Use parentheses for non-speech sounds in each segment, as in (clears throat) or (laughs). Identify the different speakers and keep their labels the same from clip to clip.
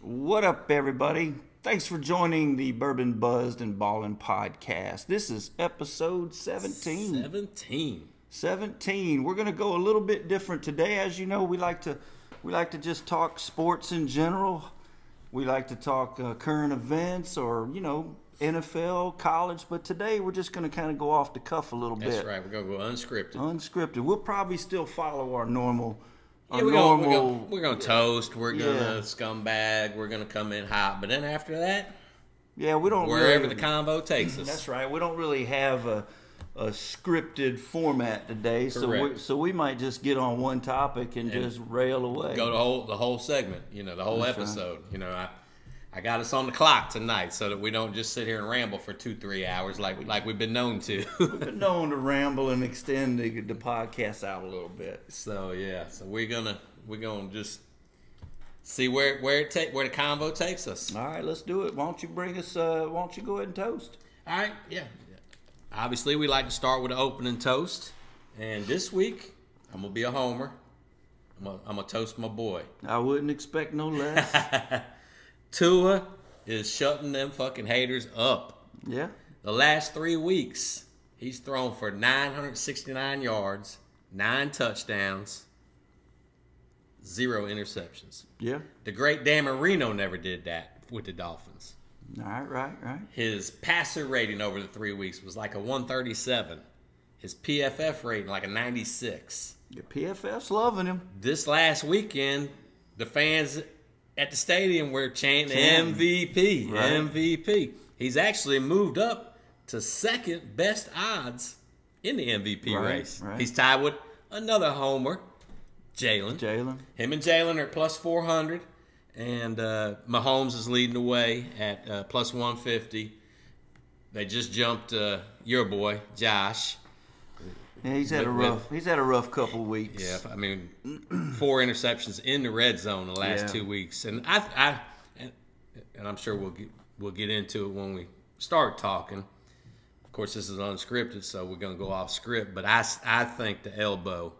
Speaker 1: what up, everybody? Thanks for joining the Bourbon Buzzed and Ballin' podcast. This is episode 17.
Speaker 2: 17.
Speaker 1: 17. We're going to go a little bit different today. As you know, we like to we like to just talk sports in general. We like to talk uh, current events or, you know, NFL, college, but today we're just going to kind of go off the cuff a little
Speaker 2: That's
Speaker 1: bit.
Speaker 2: right. We're going to go unscripted.
Speaker 1: Unscripted. We'll probably still follow our normal our
Speaker 2: yeah, we're going
Speaker 1: normal
Speaker 2: to we're gonna toast. We're going to
Speaker 1: Yeah.
Speaker 2: scumbag. We're going to come in hot. But then after that,
Speaker 1: Yeah, we don't
Speaker 2: wherever
Speaker 1: really,
Speaker 2: the combo takes us.
Speaker 1: That's right. We don't really have a, a scripted format today, so we,
Speaker 2: Correct.
Speaker 1: so we might just get on one topic and, just rail away.
Speaker 2: Go the whole the whole segment, you know, the whole
Speaker 1: That's right.
Speaker 2: episode. You know, I I got us on the clock tonight so that we don't just sit here and ramble for two, three hours like like we've been known to. (laughs)
Speaker 1: Been known to ramble and extend the, the podcast out a little bit.
Speaker 2: so yeah, so we're gonna we're gonna just see where where it take where the combo takes us.
Speaker 1: All right, let's do it. Why don't you bring us? Uh, why don't you go ahead and toast?
Speaker 2: All right, yeah. Obviously, we like to start with an opening toast. And this week, I'm going to be a homer. I'm going I'm to toast my boy.
Speaker 1: I wouldn't expect no
Speaker 2: (laughs)
Speaker 1: less.
Speaker 2: Tua is shutting them fucking haters up.
Speaker 1: yeah,
Speaker 2: The last three weeks, he's thrown for 969 yards, nine touchdowns, zero interceptions.
Speaker 1: yeah.
Speaker 2: The great Dan Marino never did that with the Dolphins.
Speaker 1: All right, right, right.
Speaker 2: His passer rating over the three weeks was like a 137. His PFF rating like a 96.
Speaker 1: Your PFF's loving him.
Speaker 2: This last weekend, the fans at the stadium were chanting
Speaker 1: Chanting.
Speaker 2: MVP,
Speaker 1: Right.
Speaker 2: MVP. He's actually moved up to second best odds in the MVP
Speaker 1: Right,
Speaker 2: race.
Speaker 1: right.
Speaker 2: He's tied with another homer, Jalen.
Speaker 1: Jalen,
Speaker 2: Him and Jalen are plus 400, and uh, Mahomes is leading the way at uh, plus 150. They just jumped uh, your boy Josh.
Speaker 1: yeah, he's had a
Speaker 2: With- with-
Speaker 1: rough. He's had a rough couple weeks.
Speaker 2: Yeah, I mean, (clears throat) four interceptions in the red zone the last
Speaker 1: Yeah.
Speaker 2: two weeks, and I, I, and, and I'm sure we'll get we'll get into it when we start talking. Of course, this is unscripted, so we're gonna go off script. But I, s- I think the elbow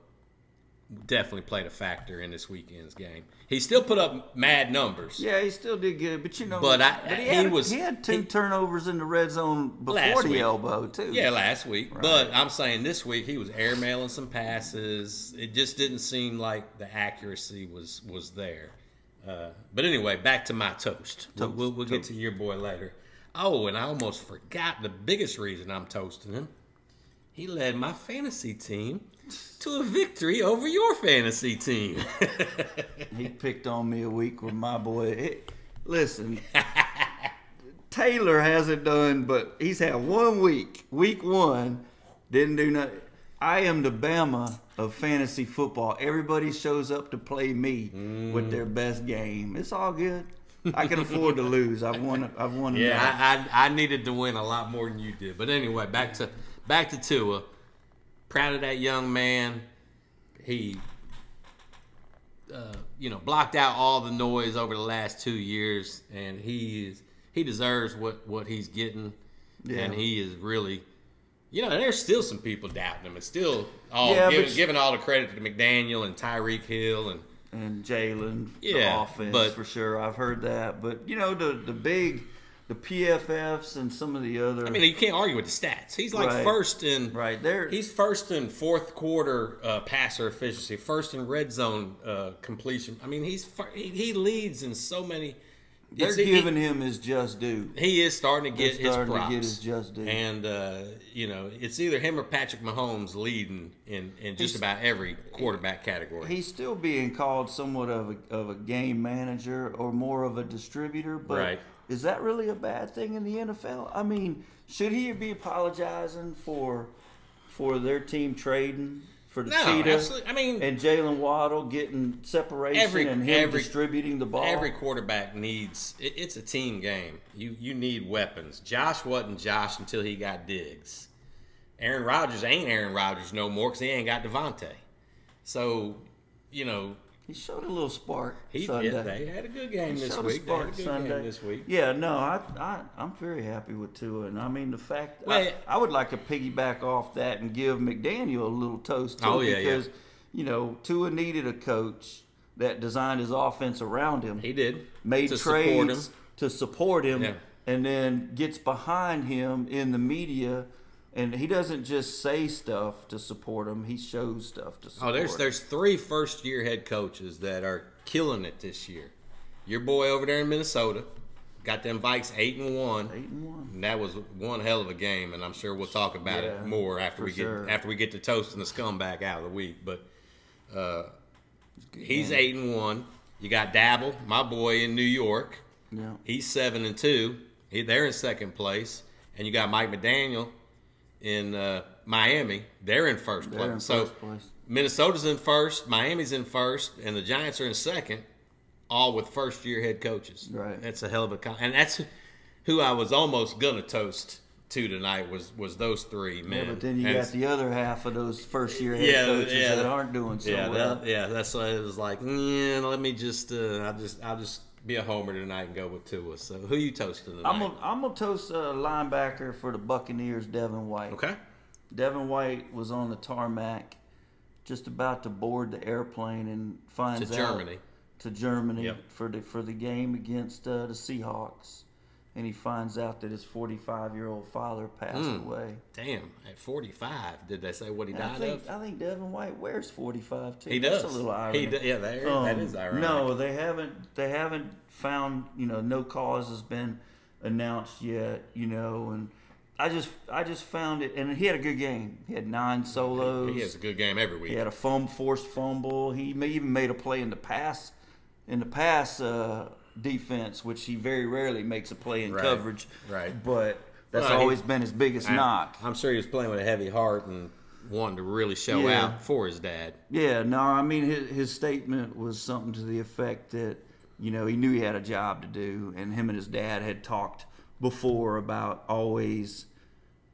Speaker 2: definitely played a factor in this weekend's game. He still put up mad numbers.
Speaker 1: Yeah, he still did good, but you know,
Speaker 2: But I-
Speaker 1: he,
Speaker 2: he
Speaker 1: had,
Speaker 2: was-
Speaker 1: he had two
Speaker 2: he-
Speaker 1: turnovers in the red zone before
Speaker 2: Last
Speaker 1: the
Speaker 2: week.
Speaker 1: elbow too.
Speaker 2: Yeah, last week. But I'm saying this week he was airmailing some passes. It just didn't seem like the accuracy was was there. Uh, but anyway, back to my toast. We'll-
Speaker 1: Toast,
Speaker 2: we'll we'll
Speaker 1: toast.
Speaker 2: get to your boy later. Oh, and I almost forgot the biggest reason I'm toasting him. He led my fantasy team to a victory over your fantasy team. (laughs)
Speaker 1: he picked on me a week with my boy. It-
Speaker 2: (laughs)
Speaker 1: listen, Taylor hasn't done, but he's had one week. Week one didn't do nothing. I am the Bama of fantasy football. Everybody shows up to play me
Speaker 2: Mm.
Speaker 1: with their best game. It's all good. I can
Speaker 2: (laughs)
Speaker 1: afford to lose. I've won. I've won. enough.
Speaker 2: Yeah, I, I, I needed to win a lot more than you did. But anyway, back to back to Tua. Proud of that young man. He, uh, you know, blocked out all the noise over the last two years, and he is he deserves what what he's getting,
Speaker 1: Yeah.
Speaker 2: and he is really. You know, there's still some people doubting him, and still all
Speaker 1: Yeah, but
Speaker 2: giving,
Speaker 1: you-
Speaker 2: giving all the credit to McDaniel and Tyreek Hill and
Speaker 1: and Jalen,
Speaker 2: Yeah,
Speaker 1: the offense
Speaker 2: but-
Speaker 1: for sure. I've heard that, but you know the the big, the PFFs and some of the other.
Speaker 2: I mean, you can't argue with the stats. He's like
Speaker 1: Right.
Speaker 2: first in
Speaker 1: Right, they're-
Speaker 2: He's first in fourth quarter uh, passer efficiency, first in red zone uh, completion. I mean, he's fir- he, he leads in so many.
Speaker 1: they're
Speaker 2: it's- he-
Speaker 1: giving him his just due.
Speaker 2: He is starting to get
Speaker 1: They're starting
Speaker 2: his
Speaker 1: to
Speaker 2: props.
Speaker 1: get his just due.
Speaker 2: And uh, you know, it's either him or Patrick Mahomes leading in in just
Speaker 1: He's-
Speaker 2: about every quarterback category.
Speaker 1: He's still being called somewhat of a, of a game manager or more of a distributor, but
Speaker 2: Right.
Speaker 1: is that really a bad thing in the NFL? I mean, should he be apologizing for for their team trading for the
Speaker 2: No,
Speaker 1: cheetah?
Speaker 2: absolutely. I mean-
Speaker 1: and Jalen Waddle getting separation
Speaker 2: Every-
Speaker 1: and him
Speaker 2: every-
Speaker 1: distributing the ball.
Speaker 2: Every quarterback needs it, it's a team game. You you need weapons. Josh wasn't Josh until he got Diggs. Aaron Rodgers ain't Aaron Rodgers no more because he ain't got Devontae. So, you know,
Speaker 1: He showed a little spark
Speaker 2: he
Speaker 1: Sunday.
Speaker 2: yeah, they had a good game this
Speaker 1: showed a
Speaker 2: week. They had a
Speaker 1: spark
Speaker 2: good
Speaker 1: Sunday.
Speaker 2: game this week.
Speaker 1: Yeah, no, I, I I'm very happy with Tua, and I mean the fact.
Speaker 2: Well-
Speaker 1: I, I would like to piggyback off that and give McDaniel a little toast too,
Speaker 2: Oh, yeah, yeah.
Speaker 1: because you know Tua needed a coach that designed his offense around him,
Speaker 2: He did.
Speaker 1: made
Speaker 2: to support
Speaker 1: trades
Speaker 2: him.
Speaker 1: to support him,
Speaker 2: Yeah.
Speaker 1: and then gets behind him in the media. And he doesn't just say stuff to support him; he shows stuff to support.
Speaker 2: Oh, there's
Speaker 1: him.
Speaker 2: there's three first year head coaches that are killing it this year. Your boy over there in Minnesota got them Vikes eight and one.
Speaker 1: eight and one.
Speaker 2: And that was one hell of a game, and I'm sure we'll talk about
Speaker 1: Yeah,
Speaker 2: it more after
Speaker 1: for
Speaker 2: we get
Speaker 1: sure.
Speaker 2: after we get the toast and the scumbag out of the week. But uh,
Speaker 1: Good
Speaker 2: he's
Speaker 1: game.
Speaker 2: eight and one. You got Dabble, my boy in New York.
Speaker 1: Yeah.
Speaker 2: He's seven and two. He, they're in second place, and you got Mike McDaniel in uh, Miami. They're in 1st place.
Speaker 1: in
Speaker 2: so
Speaker 1: first place.
Speaker 2: Minnesota's in first, Miami's in first, and the Giants are in second, all with first year head coaches.
Speaker 1: Right.
Speaker 2: That's a hell of a con- and that's who I was almost gonna toast to tonight was was those three men.
Speaker 1: Yeah, but then you
Speaker 2: And
Speaker 1: got the other half of those first year head
Speaker 2: Yeah,
Speaker 1: coaches
Speaker 2: yeah.
Speaker 1: that aren't doing so
Speaker 2: yeah,
Speaker 1: well.
Speaker 2: that, yeah, that's why it was like, yeah, let me just, uh, I'll just, I'll just be a homer tonight and go with Tua. So, who you toasting tonight?
Speaker 1: I'm gonna I'm gonna toast a linebacker for the Buccaneers, Devin White.
Speaker 2: okay.
Speaker 1: Devin White was on the tarmac, just about to board the airplane, and finds
Speaker 2: To
Speaker 1: out
Speaker 2: Germany.
Speaker 1: to Germany
Speaker 2: Yep.
Speaker 1: for the for the game against uh, the Seahawks, and he finds out that his 45 year old father passed away.
Speaker 2: Damn, at 45, did they say what he
Speaker 1: And I
Speaker 2: Hmm. died
Speaker 1: think
Speaker 2: of?
Speaker 1: I think Devin White wears 45 too.
Speaker 2: He
Speaker 1: That's
Speaker 2: does.
Speaker 1: a little irony.
Speaker 2: He do, yeah, there, that
Speaker 1: Um,
Speaker 2: is ironic.
Speaker 1: No, they haven't. They haven't found. You know, no cause has been announced yet. You know, and I just, I just found it. And he had a good game. He had nine solos.
Speaker 2: he has a good game every week.
Speaker 1: He had a fum forced fumble. He ma- even made a play in the pass, in the pass uh, defense, which he very rarely makes a play in
Speaker 2: Right,
Speaker 1: coverage.
Speaker 2: right.
Speaker 1: But that's
Speaker 2: Well, he-
Speaker 1: always been his biggest
Speaker 2: I-
Speaker 1: knock.
Speaker 2: I'm sure he was playing with a heavy heart and wanting to really show
Speaker 1: Yeah.
Speaker 2: out for his dad.
Speaker 1: Yeah, no, I mean his his statement was something to the effect that you know he knew he had a job to do, and him and his dad had talked before about always,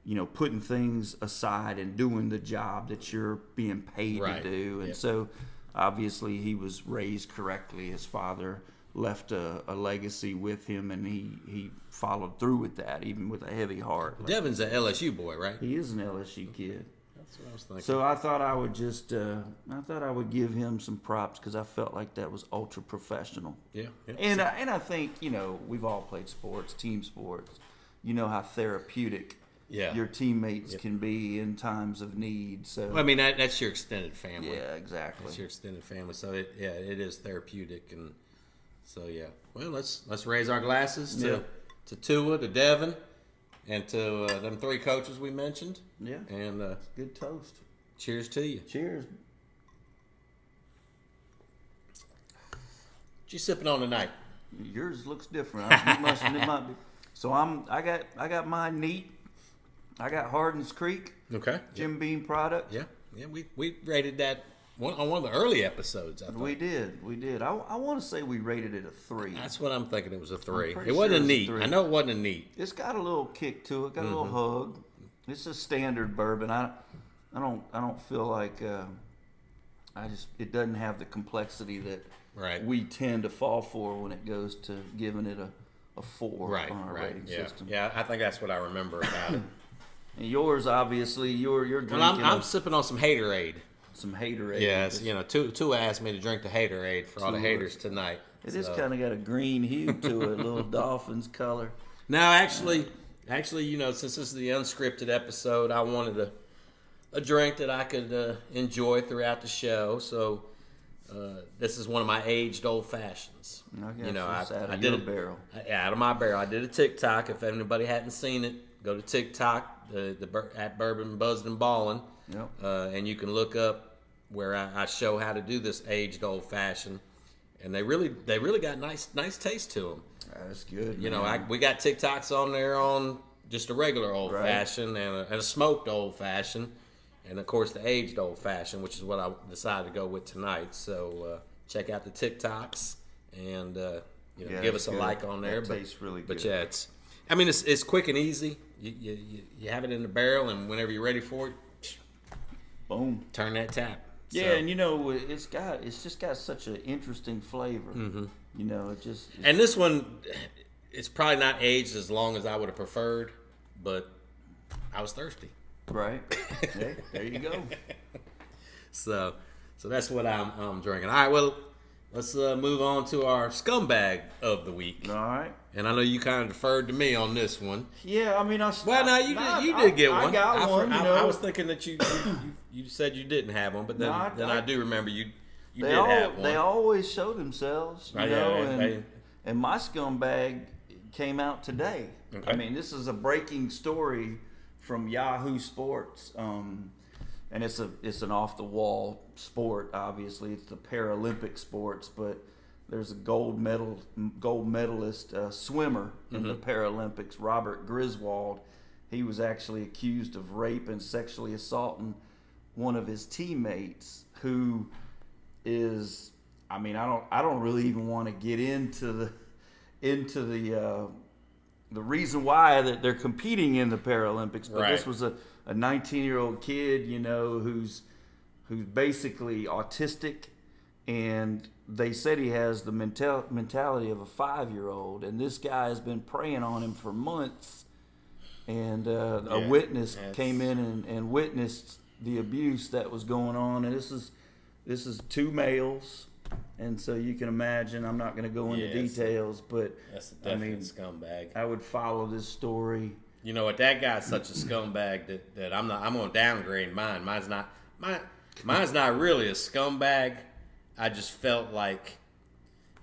Speaker 1: you know, putting things aside and doing the job that you're being paid
Speaker 2: Right,
Speaker 1: to do, and
Speaker 2: yeah.
Speaker 1: so obviously he was raised correctly. His father left a, a legacy with him, and he he followed through with that, even with a heavy heart. Like,
Speaker 2: Devin's an LSU boy, right?
Speaker 1: he is an LSU kid.
Speaker 2: That's what I was thinking.
Speaker 1: So I thought I would just, uh, I thought I would give him some props because I felt like that was ultra professional.
Speaker 2: yeah, yeah.
Speaker 1: And I, and I think you know we've all played sports, team sports. You know how therapeutic
Speaker 2: Yeah.
Speaker 1: your teammates can be in times of need. So
Speaker 2: Well, I mean, that, that's your extended family.
Speaker 1: yeah, exactly.
Speaker 2: It's your extended family, so it, yeah, it is therapeutic, and so yeah. Well, let's let's raise our glasses to
Speaker 1: Yeah.
Speaker 2: to Tua, to Devin, and to uh, them three coaches we mentioned,
Speaker 1: Yeah,
Speaker 2: and uh,
Speaker 1: good toast.
Speaker 2: cheers to you.
Speaker 1: Cheers.
Speaker 2: What you sipping on tonight?
Speaker 1: Yours looks different. I- you must- it might be. So I'm, I got, I got mine neat. I got Hardens Creek
Speaker 2: Okay.
Speaker 1: Jim Beam product.
Speaker 2: Yeah, yeah. We we rated that one on one of the early episodes. I think
Speaker 1: We did, we did. I, I want to say we rated it a three.
Speaker 2: that's what I'm thinking. It was a 3
Speaker 1: pretty sure it
Speaker 2: It wasn't a
Speaker 1: was a
Speaker 2: neat.
Speaker 1: three.
Speaker 2: I know it wasn't a neat.
Speaker 1: It's got a little kick to it. Got a little
Speaker 2: Mm-hmm.
Speaker 1: hug. It's a standard bourbon. I, I don't, I don't feel like, uh, I just, it doesn't have the complexity that
Speaker 2: Right.
Speaker 1: we tend to fall for when it goes to giving it a, a four
Speaker 2: Right.
Speaker 1: on our
Speaker 2: Right.
Speaker 1: rating
Speaker 2: Yeah.
Speaker 1: system.
Speaker 2: Yeah. I think that's what I remember
Speaker 1: (clears throat)
Speaker 2: about it.
Speaker 1: And yours, obviously, you're you're
Speaker 2: well,
Speaker 1: drinking
Speaker 2: I'm, I'm
Speaker 1: a-
Speaker 2: sipping on some Haterade.
Speaker 1: some haterade.
Speaker 2: Yeah, it's, you know, Tua, Tua asked me to drink the Haterade for all the
Speaker 1: Tua.
Speaker 2: haters tonight.
Speaker 1: It is
Speaker 2: so-
Speaker 1: kind of got a green hue to it, a
Speaker 2: (laughs)
Speaker 1: little dolphin's color.
Speaker 2: Now, actually, actually, you know, since this is the unscripted episode, I wanted a, a drink that I could uh, enjoy throughout the show. So, uh, this is one of my aged old fashions.
Speaker 1: I guess
Speaker 2: you know,
Speaker 1: it's out of
Speaker 2: did
Speaker 1: your
Speaker 2: a-
Speaker 1: barrel.
Speaker 2: I- yeah, out of my barrel. I did a TikTok. If anybody hadn't seen it, go to TikTok the, the bur- at Bourbon Buzzed and Ballin'.
Speaker 1: Yep.
Speaker 2: Uh, and you can look up where I, I show how to do this aged old fashioned, and they really they really got nice nice taste to them.
Speaker 1: That's good.
Speaker 2: You know,
Speaker 1: man.
Speaker 2: I, we got TikToks on there on just a regular old
Speaker 1: Right.
Speaker 2: fashioned and a, and a smoked old fashioned, and of course the aged old fashioned, which is what I decided to go with tonight. So uh, check out the TikToks and uh, you know
Speaker 1: Yeah,
Speaker 2: give
Speaker 1: that's
Speaker 2: us a
Speaker 1: good.
Speaker 2: like on there.
Speaker 1: That
Speaker 2: but
Speaker 1: tastes really
Speaker 2: but
Speaker 1: good.
Speaker 2: yeah, it's I mean it's it's quick and easy. You you, you you have it in the barrel, and whenever you're ready for it,
Speaker 1: boom.
Speaker 2: turn that tap.
Speaker 1: Yeah,
Speaker 2: So-
Speaker 1: and you know it's got it's just got such an interesting flavor.
Speaker 2: Mm-hmm.
Speaker 1: You know, it just it's-
Speaker 2: And this one, it's probably not aged as long as I would have preferred, but I was thirsty, (laughs)
Speaker 1: right. hey, there you go.
Speaker 2: so so that's what I'm, I'm drinking. All right, well, Let's uh, move on to our scumbag of the week.
Speaker 1: All right.
Speaker 2: And I know you kind of deferred to me on this one.
Speaker 1: Yeah, I mean, I.
Speaker 2: Well, no, you
Speaker 1: I-
Speaker 2: did. You
Speaker 1: I-
Speaker 2: did get
Speaker 1: I
Speaker 2: one.
Speaker 1: got
Speaker 2: for-
Speaker 1: one.
Speaker 2: I,
Speaker 1: you know,
Speaker 2: I was thinking that you, you you you said you didn't have one, but then
Speaker 1: No, I-
Speaker 2: then I,
Speaker 1: I-
Speaker 2: do remember you you
Speaker 1: they
Speaker 2: did
Speaker 1: all
Speaker 2: have one.
Speaker 1: they always show themselves, you
Speaker 2: Right, yeah,
Speaker 1: know,
Speaker 2: they-
Speaker 1: and
Speaker 2: they-
Speaker 1: and my scumbag came out today.
Speaker 2: Okay.
Speaker 1: I mean, this is a breaking story from Yahoo Sports, um, and it's a it's an off the wall sport. Obviously, it's the Paralympic sports, but there's a gold medal gold medalist uh, swimmer in the
Speaker 2: Mm-hmm.
Speaker 1: Paralympics, Robert Griswold. He was actually accused of rape and sexually assaulting one of his teammates who is I mean I don't I don't really even want to get into the into the uh, the reason why that they're competing in the Paralympics, but
Speaker 2: Right.
Speaker 1: this was a, a 19 year old kid you know who's who's basically autistic and they said he has the mental, mentality of a five year old and this guy has been preying on him for months and uh,
Speaker 2: Yeah,
Speaker 1: a witness
Speaker 2: that's-
Speaker 1: came in and, and witnessed the abuse that was going on and this is this is two males and so you can imagine i'm not going to go into
Speaker 2: Yes.
Speaker 1: details but
Speaker 2: That's a
Speaker 1: i
Speaker 2: definite
Speaker 1: mean
Speaker 2: scumbag.
Speaker 1: i would follow this story
Speaker 2: You know what? That guy's such a scumbag that, that I'm not. I'm gonna downgrade mine. Mine's not. Mine, mine's not really a scumbag. I just felt like,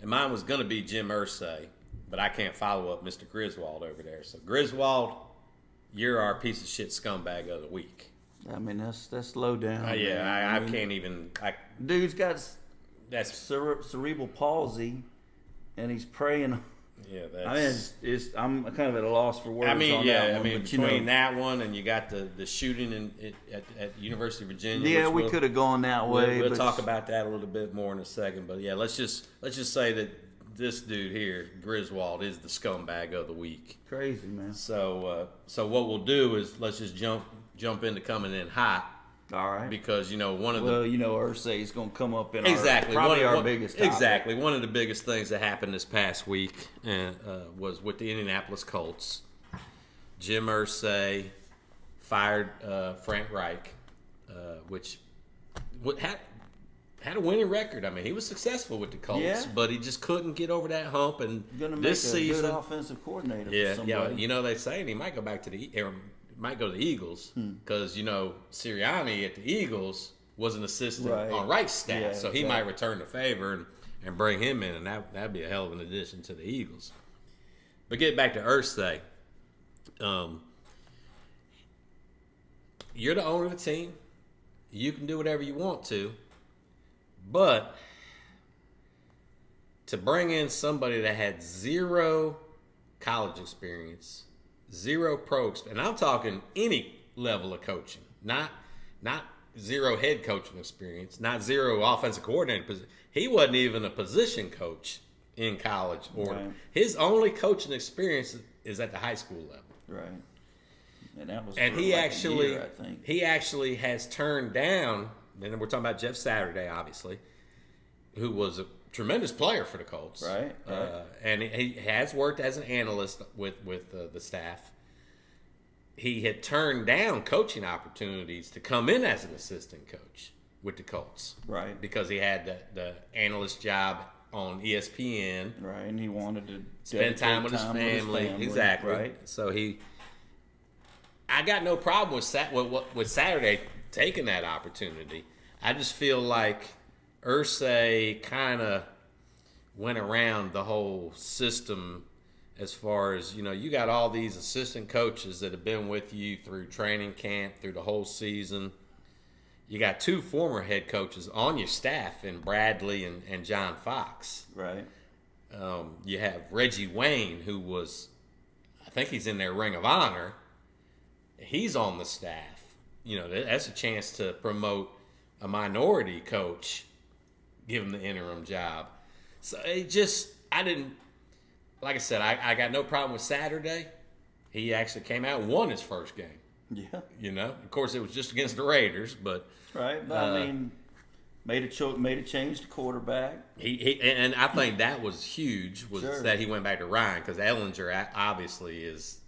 Speaker 2: and mine was gonna be Jim Ursay, but I can't follow up Mr. Griswold over there. So Griswold, you're our piece of shit scumbag of the week.
Speaker 1: i mean that's that's low down
Speaker 2: Uh, yeah,
Speaker 1: man.
Speaker 2: I, I can't even. I
Speaker 1: dude's got s-
Speaker 2: that's
Speaker 1: cere- cerebral palsy and he's praying
Speaker 2: yeah. That's,
Speaker 1: i mean it's, it's i'm kind of at a loss for words
Speaker 2: I mean,
Speaker 1: on
Speaker 2: yeah.
Speaker 1: that
Speaker 2: I
Speaker 1: one,
Speaker 2: mean,
Speaker 1: but,
Speaker 2: between
Speaker 1: you know,
Speaker 2: that one and you got the the shooting in, at- at, at University of Virginia.
Speaker 1: yeah
Speaker 2: which
Speaker 1: we
Speaker 2: we'll-
Speaker 1: could have gone that
Speaker 2: We'll,
Speaker 1: way
Speaker 2: we'll
Speaker 1: but
Speaker 2: talk about that a little bit more in a second, but yeah, let's just let's just say that this dude here, Griswold, is the scumbag of the week.
Speaker 1: crazy man
Speaker 2: So uh, so what we'll do is let's just jump jump into coming in hot
Speaker 1: all right
Speaker 2: because you know one of the
Speaker 1: Well, you know, Ursay's going to come up in
Speaker 2: exactly
Speaker 1: our, probably
Speaker 2: one,
Speaker 1: our
Speaker 2: one-
Speaker 1: biggest topic.
Speaker 2: exactly one of the biggest things that happened this past week uh, uh, was with the Indianapolis Colts. Jim Irsay fired uh, Frank Reich, uh, which what, had had a winning record. I mean, he was successful with the Colts,
Speaker 1: Yeah.
Speaker 2: but he just couldn't get over that hump. And
Speaker 1: Going to make
Speaker 2: this
Speaker 1: a
Speaker 2: season,
Speaker 1: good offensive coordinator. for
Speaker 2: yeah, yeah.
Speaker 1: somebody.
Speaker 2: You know, they saying he might go back to the E, or might go to the Eagles
Speaker 1: Hmm.
Speaker 2: because you know Sirianni at the Eagles was an assistant
Speaker 1: Right.
Speaker 2: on Wright's staff,
Speaker 1: Yeah,
Speaker 2: so he
Speaker 1: exactly.
Speaker 2: might return the favor and, and bring him in, and that that'd be a hell of an addition to the Eagles. But get back to Ursay. Um, you're the owner of the team. You can do whatever you want to, but to bring in somebody that had zero college experience, zero pro experience, and I'm talking any level of coaching, not not zero head coaching experience, not zero offensive coordinator position. He wasn't even a position coach in college, or
Speaker 1: Right.
Speaker 2: his only coaching experience is at the high school level.
Speaker 1: Right. And that was
Speaker 2: And
Speaker 1: for
Speaker 2: he
Speaker 1: like a
Speaker 2: actually,
Speaker 1: year, I think.
Speaker 2: he actually has turned down. And we're talking about Jeff Saturday, obviously, who was a tremendous player for the Colts,
Speaker 1: Right, right.
Speaker 2: Uh, and he he has worked as an analyst with with uh, the staff. He had turned down coaching opportunities to come in as an assistant coach with the Colts,
Speaker 1: Right.
Speaker 2: Because he had the, the analyst job on E ESPN,
Speaker 1: Right. And he wanted to
Speaker 2: spend
Speaker 1: dedicate
Speaker 2: time, with, his family. Exactly.
Speaker 1: Right.
Speaker 2: So he, I got no problem with, Sat, with with- with Saturday taking that opportunity. I just feel like Ursay kind of went around the whole system as far as you know you got all these assistant coaches that have been with you through training camp through the whole season you got two former head coaches on your staff in bradley and, and john fox
Speaker 1: Right. (laughs)
Speaker 2: um, you have Reggie Wayne, who was, I think he's in their Ring of Honor. He's on the staff. You know, that- that's a chance to promote a minority coach, give him the interim job. So it just, I didn't, like I said, I, I got no problem with Saturday. He actually came out and won his first game.
Speaker 1: Yeah.
Speaker 2: You know, of course, it was just against the Raiders, but
Speaker 1: Right. But
Speaker 2: Uh,
Speaker 1: I mean, made a, cho- made a change to quarterback.
Speaker 2: He, he and and I think that was huge was
Speaker 1: Sure.
Speaker 2: that he went back to Ryan because Ellinger a- obviously is,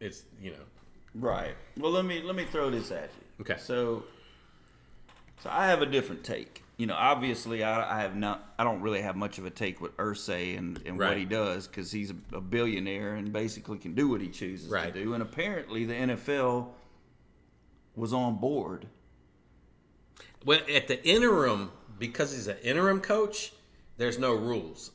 Speaker 2: it's you know
Speaker 1: Right. Well, let me let me throw this at you.
Speaker 2: Okay.
Speaker 1: So, so I have a different take you know, obviously, I, I have not. I don't really have much of a take with Ursay and, and
Speaker 2: Right.
Speaker 1: what he does because he's a, a billionaire and basically can do what he chooses
Speaker 2: Right.
Speaker 1: to do. And apparently, the NFL was on board.
Speaker 2: Well, at the interim, because he's an interim coach, there's no rules.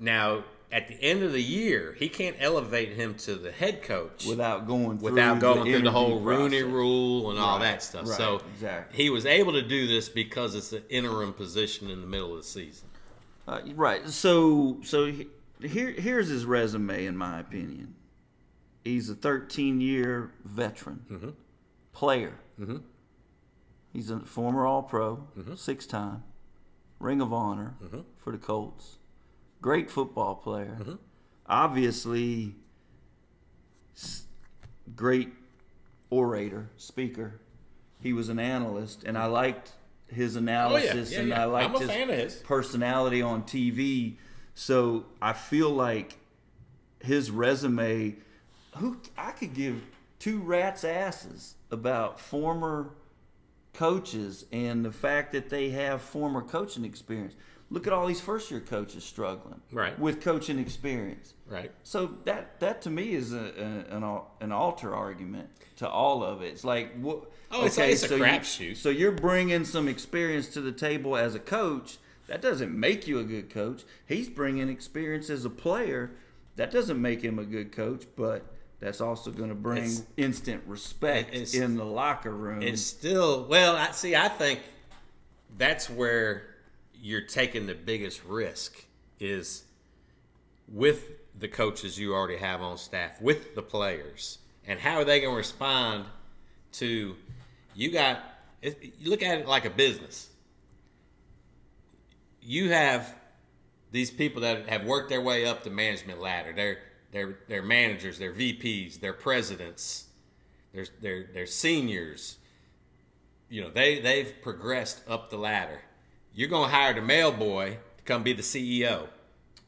Speaker 2: Now, at the end of the year, he can't elevate him to the head coach
Speaker 1: without going through
Speaker 2: without going through the whole
Speaker 1: interview
Speaker 2: Rooney
Speaker 1: process.
Speaker 2: Rule and all
Speaker 1: Right,
Speaker 2: that stuff.
Speaker 1: right,
Speaker 2: so
Speaker 1: exactly.
Speaker 2: he was able to do this because it's an interim position in the middle of the season.
Speaker 1: Uh, right. So so he, here here's his resume in my opinion. He's a 13 year veteran
Speaker 2: Mm-hmm.
Speaker 1: player. He's a former All Pro,
Speaker 2: Mm-hmm.
Speaker 1: six time, Ring of Honor for the Colts. Great football player.
Speaker 2: Mm-hmm.
Speaker 1: Obviously, s- great orator, speaker. He was an analyst, and I liked his analysis,
Speaker 2: Oh, yeah,
Speaker 1: Oh, and
Speaker 2: yeah.
Speaker 1: I liked
Speaker 2: I'm a
Speaker 1: his
Speaker 2: fan of his.
Speaker 1: personality on TV. So I feel like his resume. Who I could give two rats asses about former coaches and the fact that they have former coaching experience. Look at all these first year coaches struggling
Speaker 2: Right.
Speaker 1: with coaching experience.
Speaker 2: Right.
Speaker 1: So that that to me is a, a, an al- an alter argument to all of it. It's like what?
Speaker 2: Oh, it's- it's a
Speaker 1: you-
Speaker 2: crapshoot.
Speaker 1: So you're bringing some experience to the table as a coach. That doesn't make you a good coach. He's bringing experience as a player. That doesn't make him a good coach, but that's also going to bring
Speaker 2: It's-
Speaker 1: instant respect
Speaker 2: it's-
Speaker 1: in the locker room.
Speaker 2: It's still well. I see. I think that's where you're taking the biggest risk is with the coaches you already have on staff, with the players, and how are they going to respond to you? Got it, you look at it like a business. You have these people that have worked their way up the management ladder. They're they're they're managers, they're VPs, they're presidents they're they're they're seniors. You know, they they've progressed up the ladder. You're gonna hire the mail boy to come be the E CEO.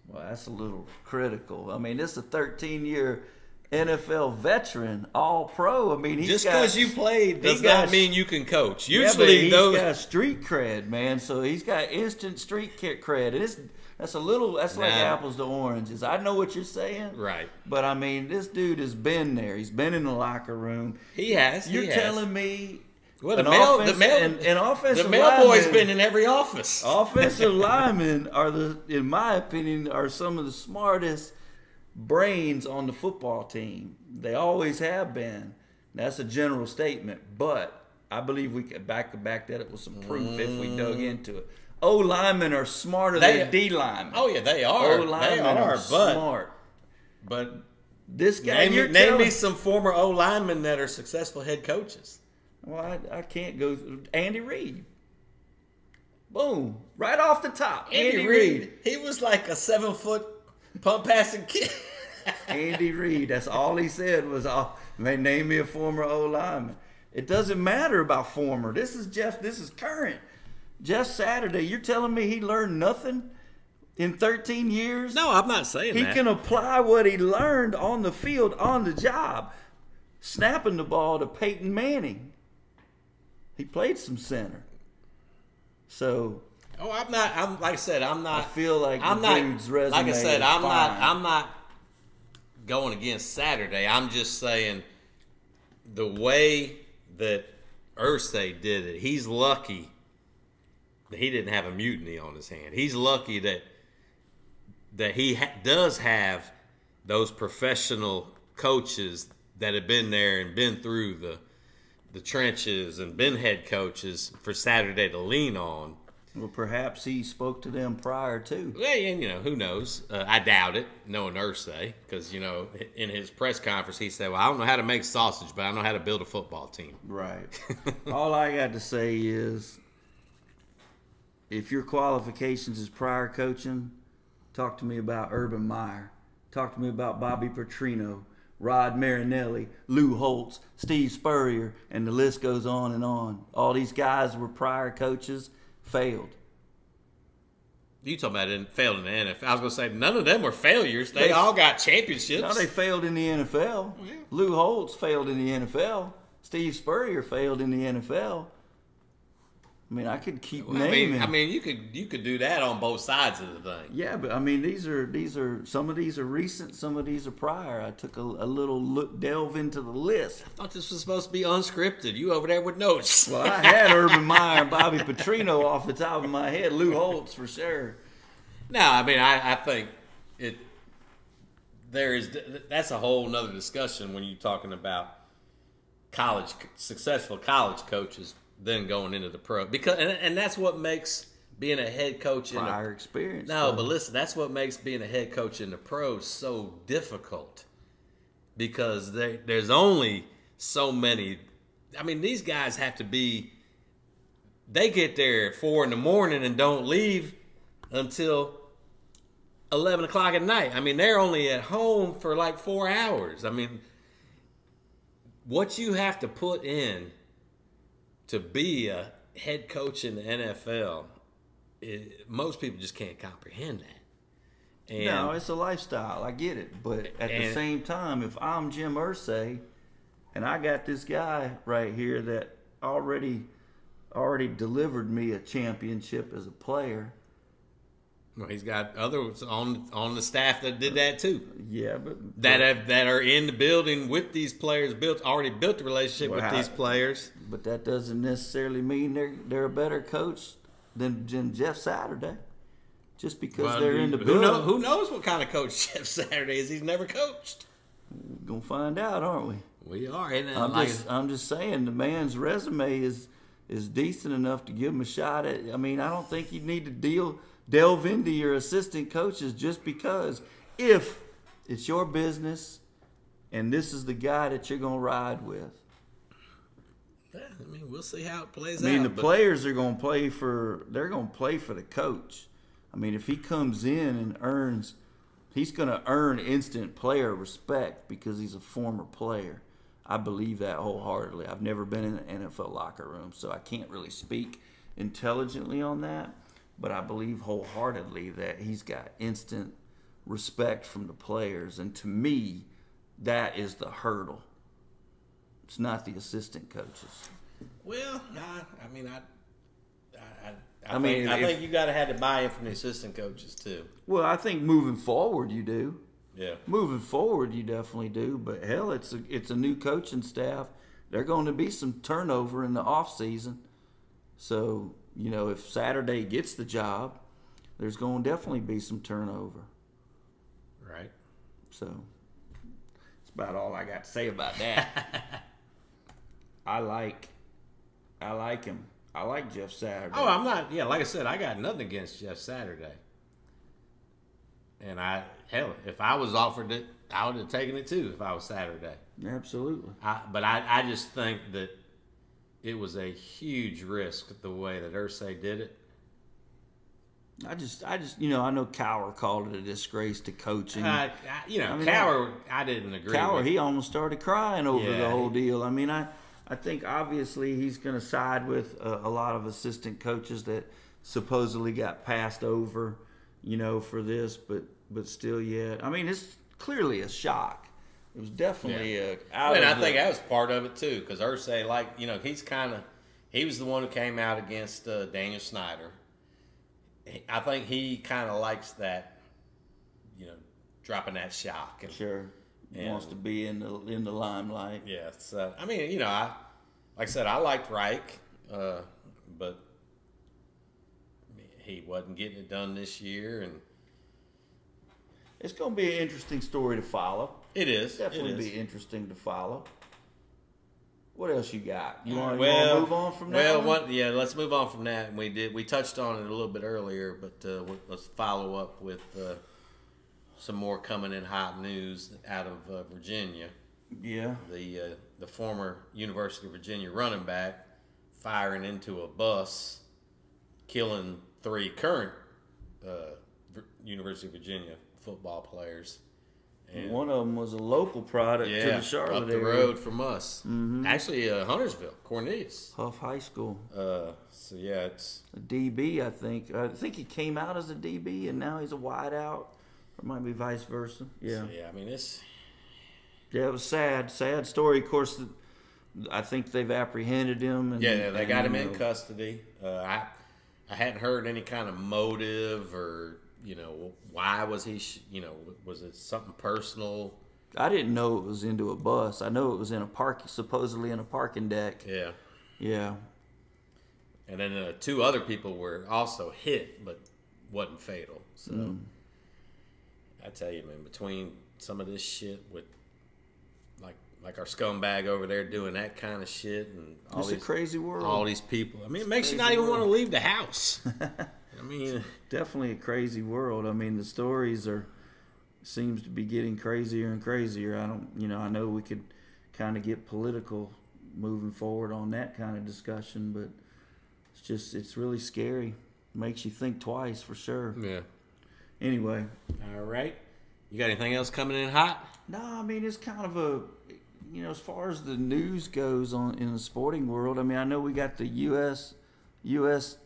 Speaker 1: Well, that's a little critical. I mean, this is a 13 year NFL veteran, all pro. I mean, he's
Speaker 2: Just
Speaker 1: got-
Speaker 2: because you played does
Speaker 1: he's
Speaker 2: not
Speaker 1: got-
Speaker 2: mean you can coach.
Speaker 1: Yeah, but
Speaker 2: Usually
Speaker 1: he's
Speaker 2: those
Speaker 1: got street cred, man. So he's got instant street ki- cred, and it's that's a little that's like
Speaker 2: Nah.
Speaker 1: apples to oranges. I know what you're saying,
Speaker 2: Right.
Speaker 1: But I mean, this dude has been there. He's been in the locker room.
Speaker 2: he has. he
Speaker 1: You're
Speaker 2: has.
Speaker 1: telling me
Speaker 2: well, the
Speaker 1: an
Speaker 2: mail, the
Speaker 1: offensive-
Speaker 2: mail,
Speaker 1: an, an offensive
Speaker 2: the mail boy's
Speaker 1: lineman- Oh.
Speaker 2: been in every office.
Speaker 1: offensive linemen are the, in my opinion, are some of the smartest brains on the football team. They always have been. That's a general statement, but I believe we could back back that up with some proof if we dug into it. O linemen are smarter
Speaker 2: Mm. They-
Speaker 1: than D linemen.
Speaker 2: Oh yeah, they
Speaker 1: O
Speaker 2: are. They
Speaker 1: linemen
Speaker 2: are,
Speaker 1: are
Speaker 2: but
Speaker 1: smart.
Speaker 2: but
Speaker 1: This guy,
Speaker 2: name,
Speaker 1: you're
Speaker 2: me, name
Speaker 1: telling-
Speaker 2: me some former O linemen that are successful head coaches.
Speaker 1: Well, I, I can't go. Andy Reid. Boom! Right off the top, Andy, Reid.
Speaker 2: he was like a seven foot pump passing kid.
Speaker 1: Andy Reid. That's all he said was, oh, man, name me a former old lineman. It doesn't matter about former. This is Jeff. This is current. Jeff Saturday. You're telling me he learned nothing in 13 years?
Speaker 2: No, I'm not saying
Speaker 1: He
Speaker 2: that.
Speaker 1: can apply what he learned on the field on the job, snapping the ball to Peyton Manning. He played some center. So
Speaker 2: oh, I'm not. I'm like I said. I'm not.
Speaker 1: I feel like
Speaker 2: I'm
Speaker 1: the
Speaker 2: not.
Speaker 1: dude's resume
Speaker 2: like I said,
Speaker 1: is
Speaker 2: I'm not.
Speaker 1: fine.
Speaker 2: I'm not going against Saturday. I'm just saying the way that Ursay did it. He's lucky that he didn't have a mutiny on his hand. He's lucky that that he ha- does have those professional coaches that have been there and been through the the trenches and been head coaches for Saturday to lean on.
Speaker 1: well, perhaps he spoke to them prior to.
Speaker 2: Well, and you know who knows? Uh, I doubt it. Knowing Ursay, because you know in his press conference he said, "Well, I don't know how to make sausage, but I know how to build a football team."
Speaker 1: Right.
Speaker 2: (laughs)
Speaker 1: All I got to say is if your qualifications is prior coaching, talk to me about Urban Meyer. Talk to me about Bobby Petrino, Rod Marinelli, Lou Holtz, Steve Spurrier, and the list goes on and on. All these guys were prior coaches, failed.
Speaker 2: You talking about in, failing the NFL? I was gonna say none of them were failures. They,
Speaker 1: They-
Speaker 2: all got championships.
Speaker 1: No, they failed in the NFL.
Speaker 2: Oh, Yeah.
Speaker 1: Lou Holtz failed in the NFL. Steve Spurrier failed in the NFL. I mean, I could keep
Speaker 2: I
Speaker 1: naming.
Speaker 2: mean, I mean, you could you could do that on both sides of the thing.
Speaker 1: yeah, but I mean, these are these are some of these are recent, some of these are prior. I took a, a little look delve into the list.
Speaker 2: I thought this was supposed to be unscripted. You over there with notes.
Speaker 1: Well, I had Urban Meyer and Bobby Petrino off the top of my head. Lou Holtz for sure.
Speaker 2: No, I mean, I, I think it. There is that's a whole nother discussion when you're talking about college successful college coaches then going into the pro because and, and that's what makes being a head coach in a
Speaker 1: Prior experience.
Speaker 2: No, but listen, that's what makes being a head coach in the pros so difficult because they, there's only so many. I mean, these guys have to be. They get there at four in the morning and don't leave until eleven o'clock at night. I mean, they're only at home for like four hours. I mean, what you have to put in to be a head coach in the NFL, it, eh, most people just can't comprehend that. And
Speaker 1: no, it's a lifestyle. I get it, but at the
Speaker 2: And-
Speaker 1: same time, if I'm Jim Irsay, and I got this guy right here that already already delivered me a championship as a player.
Speaker 2: well, he's got others on on the staff that did that too.
Speaker 1: Yeah, but
Speaker 2: That have, that are in the building with these players, built already built the relationship
Speaker 1: Well,
Speaker 2: with
Speaker 1: how-
Speaker 2: these players.
Speaker 1: but that doesn't necessarily mean they're they're a better coach than Jim Jeff Saturday, just because
Speaker 2: Well,
Speaker 1: they're in the
Speaker 2: who,
Speaker 1: building.
Speaker 2: know, who knows what kind of coach (laughs) Jeff Saturday is? He's never coached.
Speaker 1: Gonna find out, aren't we?
Speaker 2: We are, and uh,
Speaker 1: I'm
Speaker 2: like,
Speaker 1: just I'm just saying the man's resume is is decent enough to give him a shot at. I mean, I don't think you need to deal delve into your assistant coaches just because if it's your business and this is the guy that you're gonna ride with.
Speaker 2: I mean, we'll see how it plays
Speaker 1: I mean,
Speaker 2: out.
Speaker 1: the
Speaker 2: but-
Speaker 1: players are gonna play for they're gonna play for the coach. I mean, if he comes in and earns, he's gonna earn instant player respect because he's a former player. I believe that wholeheartedly. I've never been in an NFL locker room, so I can't really speak intelligently on that. But I believe wholeheartedly that he's got instant respect from the players, and to me, that is the hurdle. It's not the assistant coaches.
Speaker 2: Well, nah, I mean, I, I, I,
Speaker 1: I mean,
Speaker 2: think, I
Speaker 1: if-
Speaker 2: think you got to have to buy in from the assistant coaches too.
Speaker 1: Well, I think moving forward, you do.
Speaker 2: Yeah.
Speaker 1: Moving forward, you definitely do. But hell, it's a, it's a new coaching staff. There going to be some turnover in the off season. So you know, if Saturday gets the job, there's going to definitely be some turnover.
Speaker 2: Right.
Speaker 1: So that's about all I got to say about that.
Speaker 2: (laughs)
Speaker 1: I like, I like him. I like Jeff Saturday.
Speaker 2: Oh, I'm not. Yeah, like I said, I got nothing against Jeff Saturday. And I hell, if I was offered it, I would have taken it too. If I was Saturday,
Speaker 1: absolutely.
Speaker 2: I, but I, I just think that it was a huge risk the way that Ursay did it.
Speaker 1: I just, I just, you know, I know Cowher called it a disgrace to coaching.
Speaker 2: I, I, you know,
Speaker 1: I mean,
Speaker 2: Cowher, I, didn't agree.
Speaker 1: Cowher,
Speaker 2: with.
Speaker 1: he almost started crying over
Speaker 2: Yeah,
Speaker 1: the whole
Speaker 2: he-
Speaker 1: deal. I mean, I, I think obviously he's going to side with a, a lot of assistant coaches that supposedly got passed over, you know, for this, but but still yet. I mean, it's clearly a shock. It was definitely a. Out
Speaker 2: and
Speaker 1: of
Speaker 2: I
Speaker 1: the-
Speaker 2: think that was part of it too, because Ursay, like you know, he's kind of he was the one who came out against uh, Daniel Snyder. He- I think he kind of likes that, you know, dropping that shock. And,
Speaker 1: sure
Speaker 2: Yeah.
Speaker 1: wants to be in the in the limelight.
Speaker 2: Yeah, so I mean, you know, I like I said, I liked Reich, uh, but he wasn't getting it done this year, and
Speaker 1: It's going to be an interesting story to follow.
Speaker 2: it is
Speaker 1: Definitely
Speaker 2: it is.
Speaker 1: be interesting to follow. What else you got? You want
Speaker 2: well,
Speaker 1: to move on from that?
Speaker 2: Well,
Speaker 1: one?
Speaker 2: one, yeah, let's move on from that. And we did we touched on it a little bit earlier, but uh, we- let's follow up with uh, some more coming in hot news out of uh, Virginia.
Speaker 1: Yeah.
Speaker 2: The uh, the former University of Virginia running back firing into a bus, killing three current uh, Vir- University of Virginia football players. And-
Speaker 1: One of them was a local product to
Speaker 2: yeah,
Speaker 1: the Charlotte
Speaker 2: up the
Speaker 1: area. Mm-hmm.
Speaker 2: road from us. Actually, uh, Huntersville, Cornelius.
Speaker 1: Huff High School,
Speaker 2: Uh, so yeah, it's
Speaker 1: a DB, I think. I think he came out as a DB and now he's a wideout, or might be vice versa. Yeah,
Speaker 2: yeah. I mean, it's
Speaker 1: yeah, it was sad, sad story. Of course, the, I think they've apprehended him. And,
Speaker 2: Yeah, they
Speaker 1: and,
Speaker 2: got him
Speaker 1: you
Speaker 2: in
Speaker 1: know,
Speaker 2: custody. Uh, I I hadn't heard any kind of motive or you know why was he sh- you know was it something personal?
Speaker 1: I didn't know it was into a bus. I know it was in a park, supposedly in a parking deck.
Speaker 2: Yeah.
Speaker 1: Yeah,
Speaker 2: And then uh, two other people were also hit, but wasn't fatal. So
Speaker 1: Hmm.
Speaker 2: I tell you, man, between some of this shit with like like our scumbag over there doing that kind of shit and all
Speaker 1: it's a
Speaker 2: these
Speaker 1: crazy world.
Speaker 2: all these people, I mean, it makes you not even want to leave
Speaker 1: (laughs)
Speaker 2: the house. I mean,
Speaker 1: Definitely a crazy world. I mean, the stories are seems to be getting crazier and crazier. I don't, you know, I know we could kind of get political moving forward on that kind of discussion, but it's just it's really scary. Makes you think twice for sure.
Speaker 3: Yeah.
Speaker 1: Anyway,
Speaker 2: all right, you got anything else coming in hot?
Speaker 1: No, I mean it's kind of a you know as far as the news goes on in the sporting world. I mean I know we got the U.S. USA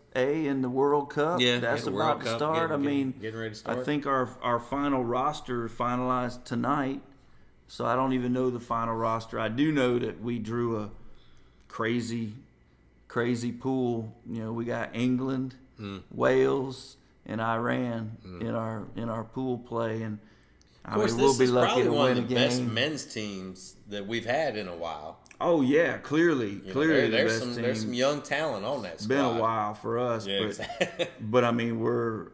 Speaker 1: in the World Cup.
Speaker 3: Yeah,
Speaker 1: that's
Speaker 3: yeah,
Speaker 1: about
Speaker 3: World
Speaker 1: to
Speaker 3: Cup,
Speaker 1: start.
Speaker 3: getting-
Speaker 1: I mean,
Speaker 2: getting- getting ready to
Speaker 1: I
Speaker 2: start.
Speaker 1: think our our final roster finalized tonight, so I don't even know the final roster. I do know that we drew a crazy, crazy pool. You know, we got England,
Speaker 2: Hmm.
Speaker 1: Wales, and Iran in our in our pool play, and I
Speaker 2: Of Hmm. course,
Speaker 1: mean, we'll
Speaker 2: this
Speaker 1: be
Speaker 2: is
Speaker 1: lucky
Speaker 2: probably
Speaker 1: to
Speaker 2: one
Speaker 1: win
Speaker 2: of
Speaker 1: a
Speaker 2: the best
Speaker 1: game.
Speaker 2: men's teams that we've had in a while.
Speaker 1: Oh yeah, clearly,
Speaker 2: You know,
Speaker 1: clearly
Speaker 2: there- there's
Speaker 1: the best
Speaker 2: some
Speaker 1: team.
Speaker 2: there's some young talent on that
Speaker 1: it's
Speaker 2: squad.
Speaker 1: been a while for us,
Speaker 2: Yeah,
Speaker 1: but
Speaker 2: exactly. (laughs)
Speaker 1: but I mean we're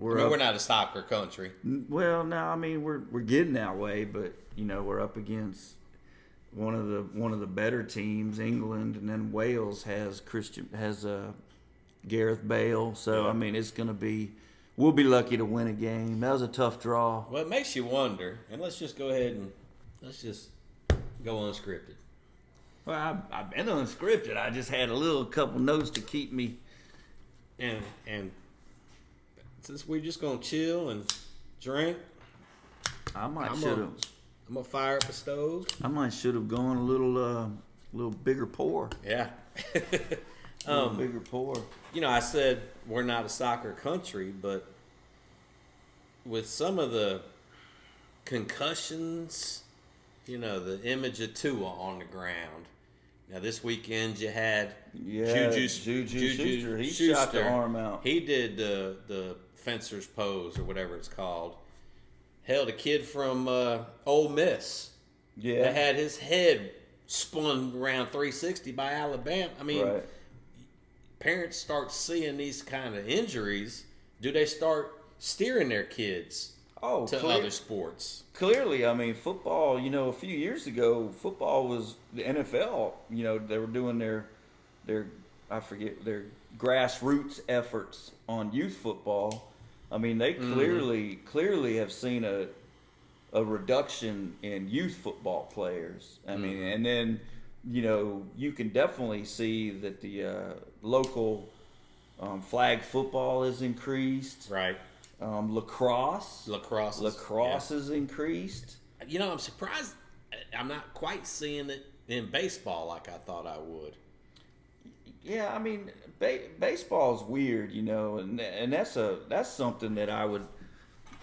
Speaker 1: we're,
Speaker 2: I mean,
Speaker 1: up,
Speaker 2: we're not a soccer country.
Speaker 1: well no I mean we're we're getting that way, but you know we're up against one of the one of the better teams, England, and then Wales has Christian has uh, Gareth Bale, so I mean it's gonna be we'll be lucky to win a game. That was a tough draw.
Speaker 2: Well, it makes you wonder. And let's just go ahead and let's just go unscripted.
Speaker 1: Well, I, I've been unscripted. I just had a little couple notes to keep me.
Speaker 2: And and since we're just gonna chill and drink,
Speaker 1: I might
Speaker 2: I'm
Speaker 1: should
Speaker 2: gonna,
Speaker 1: have.
Speaker 2: I'm gonna fire up a stove.
Speaker 1: I might should have gone a little, uh, little bigger pour.
Speaker 2: (laughs) Yeah.
Speaker 1: A little bigger pour.
Speaker 2: you know, I said we're not a soccer country, but with some of the concussions, you know, the image of Tua on the ground. Now this weekend you had
Speaker 1: Yeah,
Speaker 2: Juju,
Speaker 1: Juju Schuster. He shot the arm out.
Speaker 2: He did the the fencer's pose or whatever it's called. Hell, the kid from uh, Ole Miss that
Speaker 1: Yeah.
Speaker 2: had his head spun around 360 by Alabama. I mean,
Speaker 1: Right.
Speaker 2: parents start seeing these kind of injuries, do they start steering their kids
Speaker 1: Oh,
Speaker 2: to
Speaker 1: clear-
Speaker 2: other sports?
Speaker 1: clearly, I mean, football. You know, a few years ago, football was the NFL. You know, they were doing their, their, I forget their grassroots efforts on youth football. I mean, they clearly, clearly have seen a, a reduction in youth football players. I mean, and then, you know, you can definitely see that the uh, local. Um, flag football has increased.
Speaker 2: Right.
Speaker 1: Um, lacrosse.
Speaker 2: Lacrosse. is-
Speaker 1: Lacrosse is increased.
Speaker 2: yeah. You know, I'm surprised. I'm not quite seeing it in baseball like I thought I would.
Speaker 1: Yeah, I mean, ba- baseball's weird, you know, and and that's a that's something that I would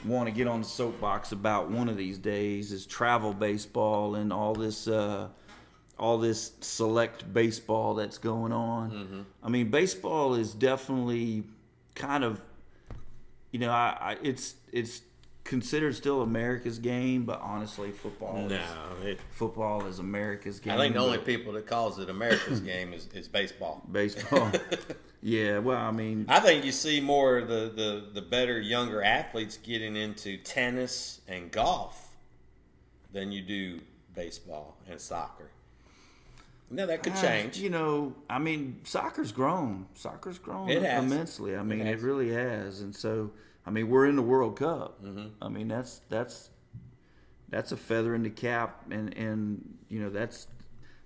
Speaker 1: want to get on the soapbox about one of these days is travel baseball and all this uh, all this select baseball that's going on.
Speaker 2: Mm-hmm.
Speaker 1: I mean, baseball is definitely kind of you know, I, I it's it's considered still America's game, but honestly, football is
Speaker 2: it,
Speaker 1: football is America's game.
Speaker 2: I think the only
Speaker 1: but-
Speaker 2: people that calls it America's game is, is baseball. (laughs)
Speaker 1: baseball. yeah, well, I mean,
Speaker 2: I think you see more of the, the, the better younger athletes getting into tennis and golf than you do baseball and soccer. Now that could
Speaker 1: I-
Speaker 2: change.
Speaker 1: Uh, you know, I mean, soccer's grown. Soccer's grown
Speaker 2: It has.
Speaker 1: immensely. I mean, it,
Speaker 2: has.
Speaker 1: really has. And so, I mean, we're in the World Cup.
Speaker 2: Mm-hmm.
Speaker 1: I mean, that's that's that's a feather in the cap, and and you know, that's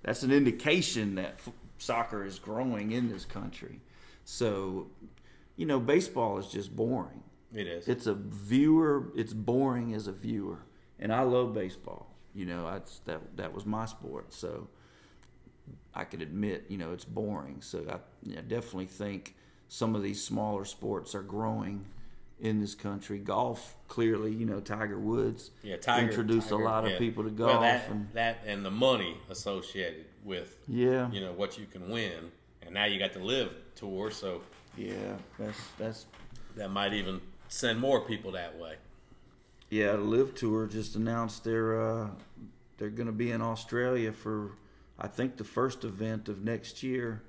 Speaker 1: that's an indication that f- soccer is growing in this country. So, you know, baseball is just boring.
Speaker 2: it is.
Speaker 1: it's a viewer it's boring as a viewer and i love baseball you know I, that that was my sport so i could admit you know it's boring so I, I definitely think some of these smaller sports are growing in this country golf clearly you know tiger woods
Speaker 2: yeah, Tiger
Speaker 1: introduced
Speaker 2: Tiger,
Speaker 1: a lot of
Speaker 2: yeah.
Speaker 1: people to golf
Speaker 2: Well, that
Speaker 1: and
Speaker 2: that and the money associated with
Speaker 1: Yeah.
Speaker 2: you know what you can win, and now you got the live tour, so
Speaker 1: Yeah. That's that's
Speaker 2: that might even send more people that way.
Speaker 1: yeah. The Live Tour just announced they're uh, they're going to be in Australia for I think the first event of next year,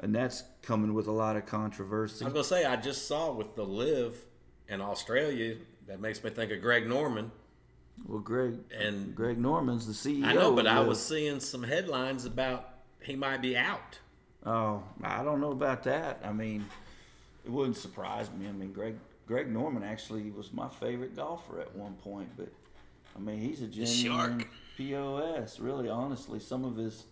Speaker 1: and that's coming with a lot of controversy.
Speaker 2: I was gonna say I just saw with the live in Australia that makes me think of Greg Norman
Speaker 1: Well, Greg
Speaker 2: and
Speaker 1: Greg Norman's the CEO.
Speaker 2: I know, but
Speaker 1: of
Speaker 2: I
Speaker 1: Liv.
Speaker 2: was seeing some headlines about he might be out.
Speaker 1: Oh, I don't know about that. I mean, it wouldn't surprise me. I mean, Greg Greg Norman actually was my favorite golfer at one point, but I mean, he's a genuine
Speaker 3: shark.
Speaker 1: pos. Really, honestly, some of his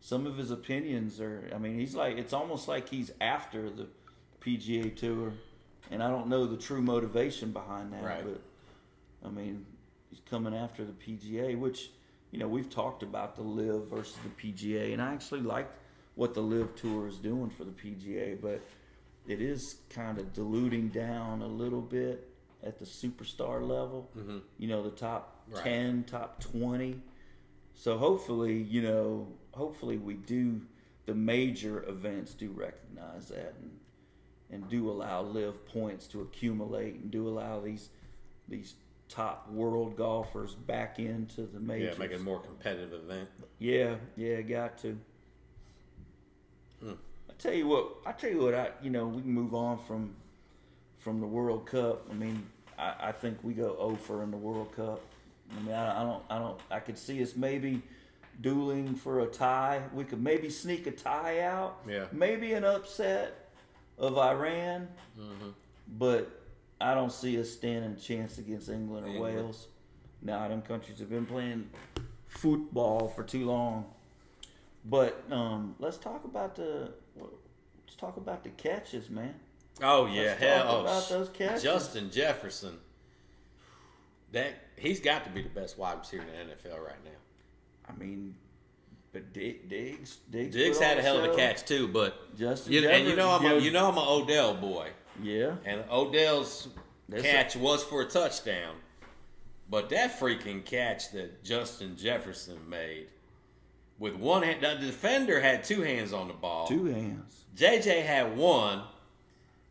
Speaker 1: some of his opinions are. I mean, he's like it's almost like he's after the PGA Tour, and I don't know the true motivation behind that.
Speaker 2: Right.
Speaker 1: But I mean, he's coming after the PGA, which you know we've talked about the Live versus the PGA, and I actually like what the Live Tour is doing for the PGA, but it is kind of diluting down a little bit at the superstar level. You know, the top
Speaker 2: Right.
Speaker 1: ten, top twenty. So hopefully, you know, hopefully we do the major events do recognize that and and do allow live points to accumulate and do allow these these top world golfers back into the majors.
Speaker 2: Yeah, make it a more competitive event.
Speaker 1: Yeah, yeah, got to. I tell you what, I tell you what, I you know we can move on from from the World Cup. I mean, I, I think we go over in the World Cup. I mean, I, I don't, I don't, I could see us maybe dueling for a tie. We could maybe sneak a tie out.
Speaker 2: Yeah.
Speaker 1: Maybe an upset of Iran,
Speaker 2: Mm-hmm.
Speaker 1: but I don't see us standing a chance against England or
Speaker 2: England.
Speaker 1: Wales. Now, them countries have been playing football for too long. But um, let's talk about the let's talk about the catches, man.
Speaker 2: Oh yeah,
Speaker 1: Let's
Speaker 2: hell,
Speaker 1: talk
Speaker 2: oh,
Speaker 1: about
Speaker 2: sh-
Speaker 1: those catches.
Speaker 2: Justin Jefferson. That he's got to be the best wide receiver in the NFL right now.
Speaker 1: I mean, but Dig, Diggs, Diggs,
Speaker 2: Diggs
Speaker 1: put on
Speaker 2: had a hell of a
Speaker 1: show.
Speaker 2: catch too, but
Speaker 1: Justin,
Speaker 2: you, and you know I'm a,
Speaker 1: Jefferson-
Speaker 2: you know I'm an Odell boy,
Speaker 1: yeah,
Speaker 2: and Odell's
Speaker 1: That's
Speaker 2: catch was for a touchdown, but that freaking catch that Justin Jefferson made with one hand, the defender had two hands on the ball.
Speaker 1: two hands.
Speaker 2: JJ had one,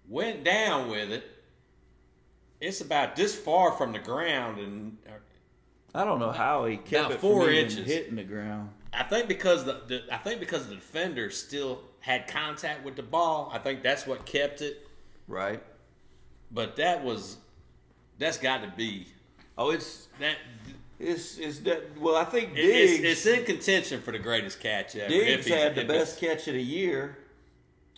Speaker 2: went down with it. It's about this far from the ground, and uh,
Speaker 1: I don't know how he kept
Speaker 2: About
Speaker 1: it
Speaker 2: four
Speaker 1: from even
Speaker 2: inches.
Speaker 1: hitting the ground.
Speaker 2: I think because the, the I think because the defender still had contact with the ball. I think that's what kept it.
Speaker 1: Right.
Speaker 2: But that was that's got to be
Speaker 1: Oh, it's
Speaker 2: that.
Speaker 1: it's it's that. Well, I think
Speaker 2: it- it's-
Speaker 1: Diggs
Speaker 2: it's, in contention for the greatest catch ever.
Speaker 1: Diggs
Speaker 2: he-
Speaker 1: had the
Speaker 2: if
Speaker 1: best
Speaker 2: (laughs) it's-
Speaker 1: catch of the year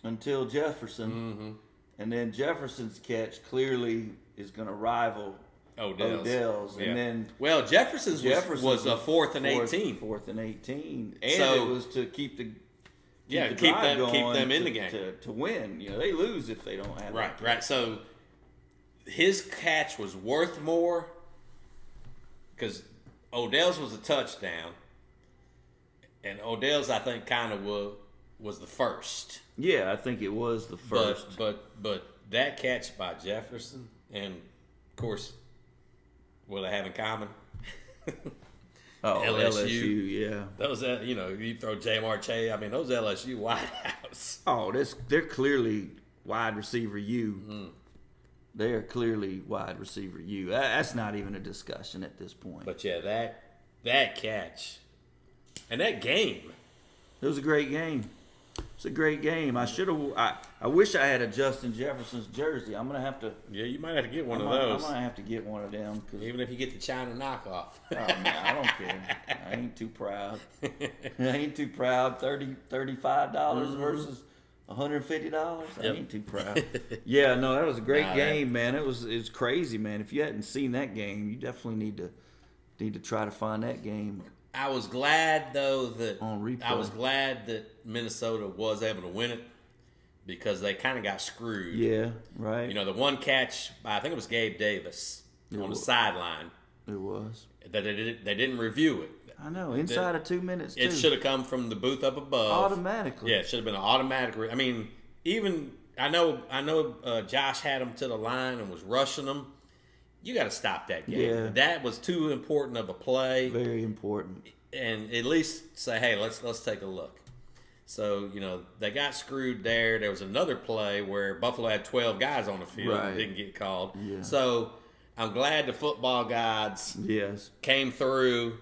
Speaker 1: until Jefferson,
Speaker 2: Mm-hmm.
Speaker 1: and then Jefferson's catch clearly is going to rival
Speaker 2: Odell's.
Speaker 1: Odell's, and then
Speaker 2: Oh, well, Jefferson's,
Speaker 1: Jefferson
Speaker 2: was, was a fourth and eighteen.
Speaker 1: Fourth and eighteen, and
Speaker 2: So-
Speaker 1: it was to keep the keep
Speaker 2: Yeah,
Speaker 1: the
Speaker 2: keep
Speaker 1: drive
Speaker 2: them- keep
Speaker 1: going
Speaker 2: them in
Speaker 1: to-
Speaker 2: the game.
Speaker 1: to, to win. You know, they lose if they don't have
Speaker 2: Right, right. So his catch was worth more because Odell's was a touchdown, and Odell's I think kind of was was the first.
Speaker 1: Yeah, I think it was the first.
Speaker 2: But but but that catch by Jefferson, and of course, what I have in common.
Speaker 1: oh,
Speaker 2: LSU.
Speaker 1: LSU, yeah.
Speaker 2: Those, uh, you know, you throw Jamar Chase. I mean, those LSU (laughs) wideouts.
Speaker 1: Oh, this they're clearly wide receiver U.
Speaker 2: Mm-hmm.
Speaker 1: They are clearly wide receiver U. That- That's not even a discussion at this point.
Speaker 2: But yeah, that that catch, and that game.
Speaker 1: it was a great game. It's a great game. I should have. I, I wish I had a Justin Jefferson's jersey. I'm gonna have to.
Speaker 2: Yeah, you might have to get one
Speaker 1: I'm
Speaker 2: of
Speaker 1: gonna, I'm
Speaker 2: those.
Speaker 1: gonna have to get one of them 'cause-
Speaker 2: Even if you get the China knockoff. (laughs)
Speaker 1: Oh, man, I don't care. I ain't too proud. I ain't too proud. Thirty, thirty-five dollars versus one hundred fifty dollars. I
Speaker 2: Mm-hmm. Yep.
Speaker 1: ain't too
Speaker 2: (laughs)
Speaker 1: proud. yeah, no, that was a great
Speaker 2: Nah, that-
Speaker 1: game, man. It was it's crazy, man. If you hadn't seen that game, you definitely need to need to try to find that game.
Speaker 2: I was glad though that
Speaker 1: On replay.
Speaker 2: I was glad that Minnesota was able to win it because they kind of got screwed.
Speaker 1: Yeah, right.
Speaker 2: You know, the one catch by I think it was Gabe Davis on the
Speaker 1: was.
Speaker 2: sideline
Speaker 1: it was.
Speaker 2: that they didn't they didn't review it.
Speaker 1: I know. Inside of two minutes,
Speaker 2: It
Speaker 1: too.
Speaker 2: should have come from the booth up above.
Speaker 1: automatically.
Speaker 2: Yeah, it should have been an automatic. Re- I mean, even I know I know uh, Josh had him to the line and was rushing them. You got to stop that game.
Speaker 1: Yeah.
Speaker 2: That was too important of a play.
Speaker 1: Very important.
Speaker 2: and at least say, hey, let's let's take a look. So you know they got screwed there. There was another play where Buffalo had twelve guys on the field
Speaker 1: Right.
Speaker 2: and didn't get called.
Speaker 1: Yeah.
Speaker 2: So I'm glad the football gods
Speaker 1: Yes.
Speaker 2: came through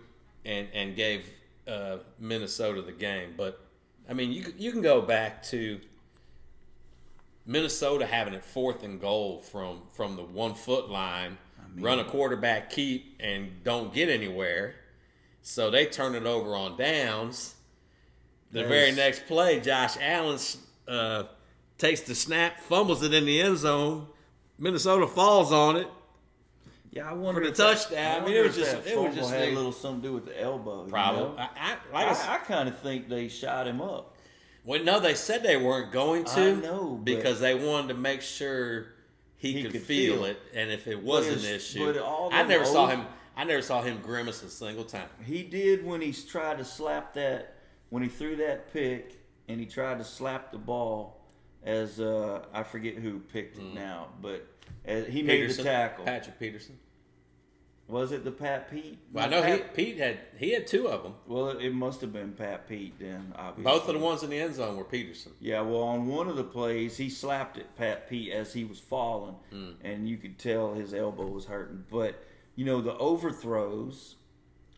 Speaker 2: and and gave uh, Minnesota the game. But I mean, you c- you can go back to Minnesota having it fourth and goal from from the one foot line, run a quarterback keep, and don't get anywhere. So they turn it over on downs. The very
Speaker 1: Yes.
Speaker 2: next play, Josh Allen uh, takes the snap, fumbles it in the end zone. Minnesota falls on it.
Speaker 1: Yeah, I wonder
Speaker 2: For the
Speaker 1: if that-
Speaker 2: touchdown, I mean,
Speaker 1: wonder
Speaker 2: it was
Speaker 1: if
Speaker 2: just-
Speaker 1: that
Speaker 2: it was
Speaker 1: fumble
Speaker 2: just
Speaker 1: had
Speaker 2: the-
Speaker 1: a little something to do with the elbow. you
Speaker 2: Problem.
Speaker 1: know?
Speaker 2: I, I, like I, s-
Speaker 1: I, I kind of think they shot him up.
Speaker 2: Well, no, they said they weren't going to.
Speaker 1: I know, but-
Speaker 2: because they wanted to make sure he,
Speaker 1: He
Speaker 2: could,
Speaker 1: could
Speaker 2: feel,
Speaker 1: feel
Speaker 2: it, and if it was an
Speaker 1: it's-
Speaker 2: issue,
Speaker 1: but all
Speaker 2: I
Speaker 1: them
Speaker 2: never saw
Speaker 1: old-
Speaker 2: him. I never saw him grimace a single time.
Speaker 1: He did when he tried to slap that when he threw that pick and he tried to slap the ball as uh, I forget who picked
Speaker 2: Mm.
Speaker 1: it now, but uh, he made the tackle.
Speaker 2: Patrick Peterson.
Speaker 1: Was it the Pat Pete?
Speaker 2: Well, I know he,
Speaker 1: Pat,
Speaker 2: Pete had he had two of them.
Speaker 1: Well, it, it must have been Pat Pete then. Obviously,
Speaker 2: Both of the ones in the end zone were Peterson.
Speaker 1: Yeah, well, on one of the plays, he slapped at Pat Pete as he was falling,
Speaker 2: Hmm.
Speaker 1: and you could tell his elbow was hurting. But you know the overthrows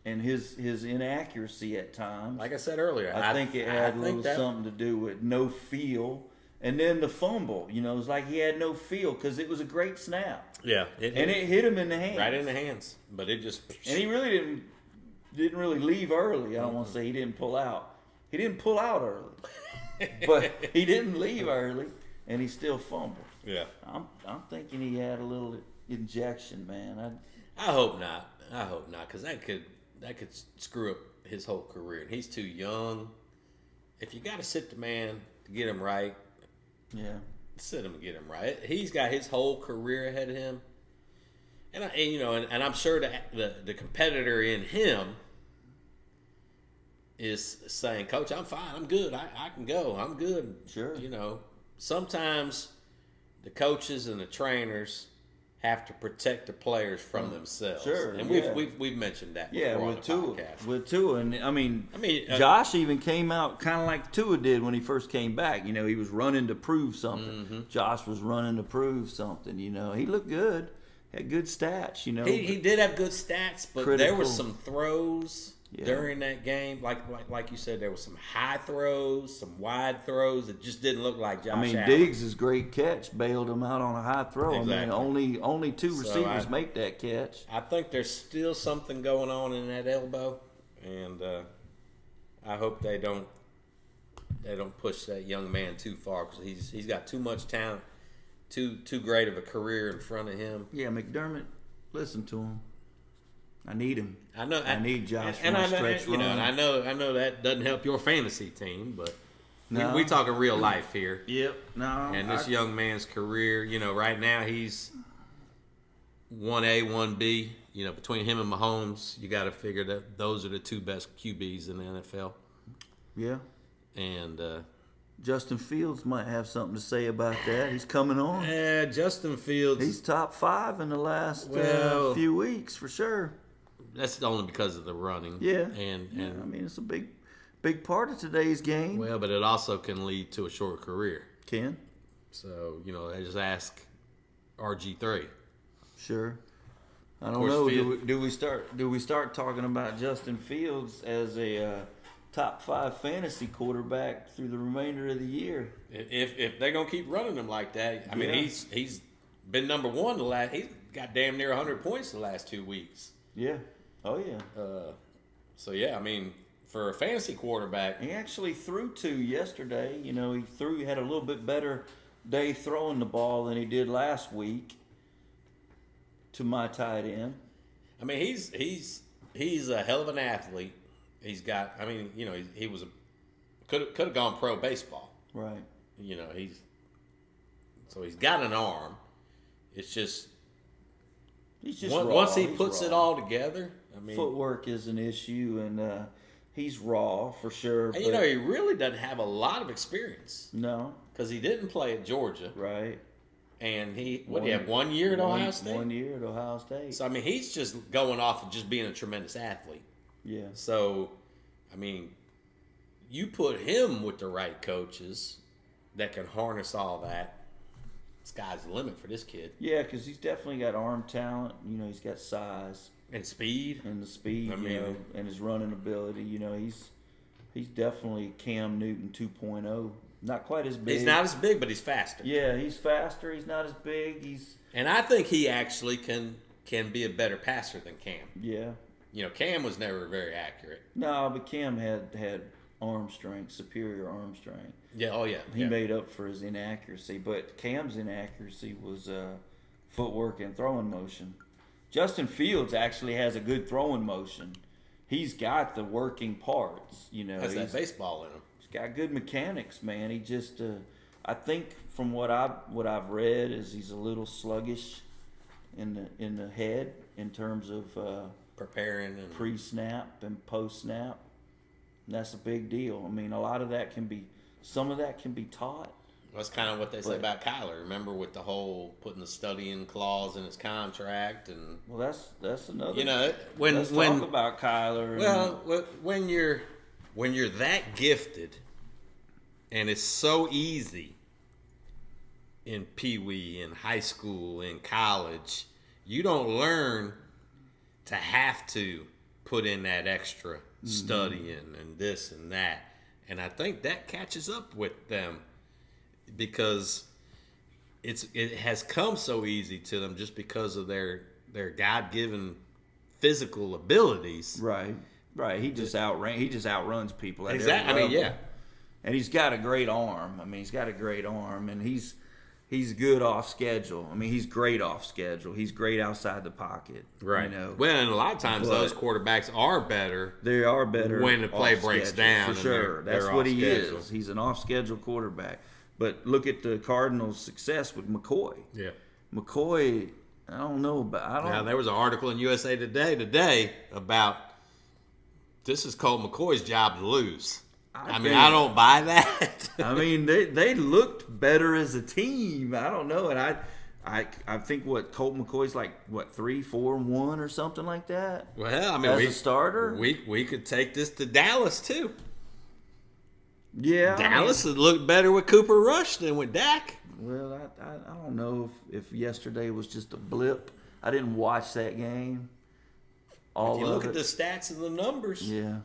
Speaker 1: and his his inaccuracy at times.
Speaker 2: Like I said earlier,
Speaker 1: I, think it had
Speaker 2: I
Speaker 1: a
Speaker 2: think
Speaker 1: little
Speaker 2: that-
Speaker 1: something to do with no feel, and then the fumble. You know, it's like he had no feel because it was a great snap,
Speaker 2: Yeah, it,
Speaker 1: and it hit him in the hand.
Speaker 2: right in the hands, but it just
Speaker 1: And he really didn't didn't really leave early. I don't want to say he didn't pull out. He didn't pull out early,
Speaker 2: (laughs)
Speaker 1: but he didn't leave early, and he still fumbled.
Speaker 2: yeah.
Speaker 1: I'm I'm thinking he had a little injection, man. I,
Speaker 2: I hope not. I hope not, because that could that could s- screw up his whole career. And he's too young. If you got to sit the man to get him right,
Speaker 1: yeah,
Speaker 2: sit him and get him right. He's got his whole career ahead of him. And, I, and you know, and, and I'm sure the, the the competitor in him is saying, "Coach, I'm fine. I'm good. I, I can go. I'm good."
Speaker 1: Sure.
Speaker 2: You know, sometimes the coaches and the trainers have to protect the players from themselves.
Speaker 1: Mm. Sure,
Speaker 2: And we've,
Speaker 1: yeah.
Speaker 2: we've we've mentioned that.
Speaker 1: yeah,
Speaker 2: before on
Speaker 1: with
Speaker 2: the
Speaker 1: Tua,
Speaker 2: podcast.
Speaker 1: with Tua, and I mean,
Speaker 2: I mean, uh,
Speaker 1: Josh even came out kind of like Tua did when he first came back. You know, he was running to prove something.
Speaker 2: Mm-hmm.
Speaker 1: Josh was running to prove something. You know, he looked good, had good stats. You know,
Speaker 2: He, he did have good stats, but there
Speaker 1: Critical.
Speaker 2: were some throws
Speaker 1: Yeah.
Speaker 2: during that game. Like, like like you said, there were some high throws, some wide throws that just didn't look like Josh
Speaker 1: I mean,
Speaker 2: Allen.
Speaker 1: Diggs' great catch bailed him out on a high throw. I mean,
Speaker 2: Exactly.
Speaker 1: only only two receivers
Speaker 2: I-
Speaker 1: make that catch.
Speaker 2: I think there's still something going on in that elbow, and uh, I hope they don't they don't push that young man too far because he's he's got too much talent, too too great of a career in front of him.
Speaker 1: Yeah, McDermott, listen to him. I need him.
Speaker 2: I know
Speaker 1: I need Josh
Speaker 2: and, and
Speaker 1: for
Speaker 2: I
Speaker 1: a
Speaker 2: know,
Speaker 1: stretch
Speaker 2: you know,
Speaker 1: run.
Speaker 2: and I know I know that doesn't help your fantasy team, but
Speaker 1: No.
Speaker 2: we, we talking real life here.
Speaker 1: Yep. No.
Speaker 2: And
Speaker 1: I-
Speaker 2: this young man's career, you know, right now he's one A, one B. You know, between him and Mahomes, you got to figure that those are the two best QBs in the NFL.
Speaker 1: yeah.
Speaker 2: And uh,
Speaker 1: Justin Fields might have something to say about that. He's coming on.
Speaker 2: eh, Justin Fields,
Speaker 1: He's top five in the last uh,
Speaker 2: Well-
Speaker 1: few weeks for sure.
Speaker 2: that's only because of the running.
Speaker 1: Yeah.
Speaker 2: and
Speaker 1: Yeah, I
Speaker 2: and
Speaker 1: mean, it's a big, big part of today's game.
Speaker 2: well, but it also can lead to a short career.
Speaker 1: Ken,
Speaker 2: So you know, I just ask RG three.
Speaker 1: sure. I don't
Speaker 2: course,
Speaker 1: know. Do we,
Speaker 2: Field-
Speaker 1: do we start? Do we start talking about Justin Fields as a uh, top five fantasy quarterback through the remainder of the year?
Speaker 2: If if they're gonna keep running him like that, I mean,
Speaker 1: Yeah.
Speaker 2: he's he's been number one the last. He's got damn near 100 points the last two weeks.
Speaker 1: Yeah. Oh yeah.
Speaker 2: So yeah, I mean, for a fantasy quarterback,
Speaker 1: He actually threw two yesterday. You know, he threw he had a little bit better day throwing the ball than he did last week to my tight end.
Speaker 2: I mean, he's he's he's a hell of an athlete. He's got, I mean, you know, he, he was a could could have gone pro baseball.
Speaker 1: Right.
Speaker 2: You know, he's so he's got an arm. It's just,
Speaker 1: He's just
Speaker 2: on-
Speaker 1: raw.
Speaker 2: once he
Speaker 1: He's
Speaker 2: puts
Speaker 1: raw.
Speaker 2: it all together, I mean,
Speaker 1: footwork is an issue, and uh, he's raw for sure.
Speaker 2: and you
Speaker 1: but
Speaker 2: know, he really doesn't have a lot of experience
Speaker 1: no,
Speaker 2: because he didn't play at Georgia.
Speaker 1: right?
Speaker 2: and he
Speaker 1: One-
Speaker 2: what do you have one year at
Speaker 1: one,
Speaker 2: Ohio State?
Speaker 1: One year at Ohio State.
Speaker 2: So I mean, he's just going off of just being a tremendous athlete.
Speaker 1: yeah.
Speaker 2: So I mean, you put him with the right coaches that can harness all that. Sky's the limit for this kid
Speaker 1: Yeah, because he's definitely got arm talent. You know, he's got size
Speaker 2: and speed.
Speaker 1: and the speed.
Speaker 2: I
Speaker 1: you
Speaker 2: mean-
Speaker 1: know, and his running ability. You know, he's he's definitely Cam Newton 2.0. Not quite as big.
Speaker 2: He's not as big, but he's faster.
Speaker 1: Yeah, he's faster. He's not as big. He's
Speaker 2: And I think he actually can can be a better passer than Cam.
Speaker 1: yeah.
Speaker 2: You know, Cam was never very accurate.
Speaker 1: No, but Cam had had arm strength, superior arm strength.
Speaker 2: Yeah. Oh yeah.
Speaker 1: He
Speaker 2: yeah.
Speaker 1: made up for his inaccuracy, but Cam's inaccuracy was uh, footwork and throwing motion. Justin Fields actually has a good throwing motion. He's got the working parts, you know.
Speaker 2: Has that
Speaker 1: He's,
Speaker 2: baseball in him.
Speaker 1: he's got good mechanics, man. He just, uh, I think, from what I what I've read, is he's a little sluggish in the in the head in terms of uh,
Speaker 2: Preparing and
Speaker 1: pre snap and post snap. And that's a big deal. I mean, a lot of that can be, some of that can be taught.
Speaker 2: that's kind of what they say about Kyler. Remember with the whole putting the studying clause in his contract and
Speaker 1: Well, that's that's another.
Speaker 2: you know when
Speaker 1: let's
Speaker 2: when
Speaker 1: talk about Kyler. and-
Speaker 2: Well, wh- when you're when you're that gifted, and it's so easy in Pee Wee, in high school, in college, you don't learn to have to put in that extra studying and this and that. And I think that catches up with them because it's it has come so easy to them just because of their their God given physical abilities.
Speaker 1: right, right. He just outran. He just outruns people. At every
Speaker 2: Exactly. I mean, yeah.
Speaker 1: level. And he's got a great arm. I mean, he's got a great arm, and he's he's good off schedule. I mean, he's great off schedule. He's great outside the pocket.
Speaker 2: Right.
Speaker 1: You know,
Speaker 2: well, and a lot of times
Speaker 1: But-
Speaker 2: those quarterbacks are better.
Speaker 1: they are better
Speaker 3: When the play
Speaker 1: off
Speaker 3: breaks
Speaker 1: schedule,
Speaker 3: down
Speaker 1: For
Speaker 3: and they're-
Speaker 1: sure, that's
Speaker 3: they're
Speaker 1: what
Speaker 3: off
Speaker 1: he
Speaker 3: schedule.
Speaker 1: is. He's an off schedule quarterback. But look at the Cardinals' success with McCoy.
Speaker 3: Yeah.
Speaker 1: McCoy, I don't know, but I don't.
Speaker 3: Now there was an article in USA Today today about this is Colt McCoy's job to lose. I,
Speaker 1: I
Speaker 3: mean,
Speaker 1: think-
Speaker 3: I don't buy that.
Speaker 2: (laughs)
Speaker 1: I mean, they they looked better as a team. I don't know, and I, I, I think what Colt McCoy's like what three, four, and one or something like that
Speaker 3: well, I mean,
Speaker 1: as
Speaker 3: we,
Speaker 1: a starter.
Speaker 3: we we could take this to Dallas too.
Speaker 1: yeah, I mean,
Speaker 3: Dallas would look better with Cooper Rush than with Dak.
Speaker 1: well, I, I I don't know if if yesterday was just a blip. I didn't watch that game. All
Speaker 2: If you look
Speaker 1: of
Speaker 2: at
Speaker 1: it.
Speaker 2: the stats and the numbers,
Speaker 1: Yeah,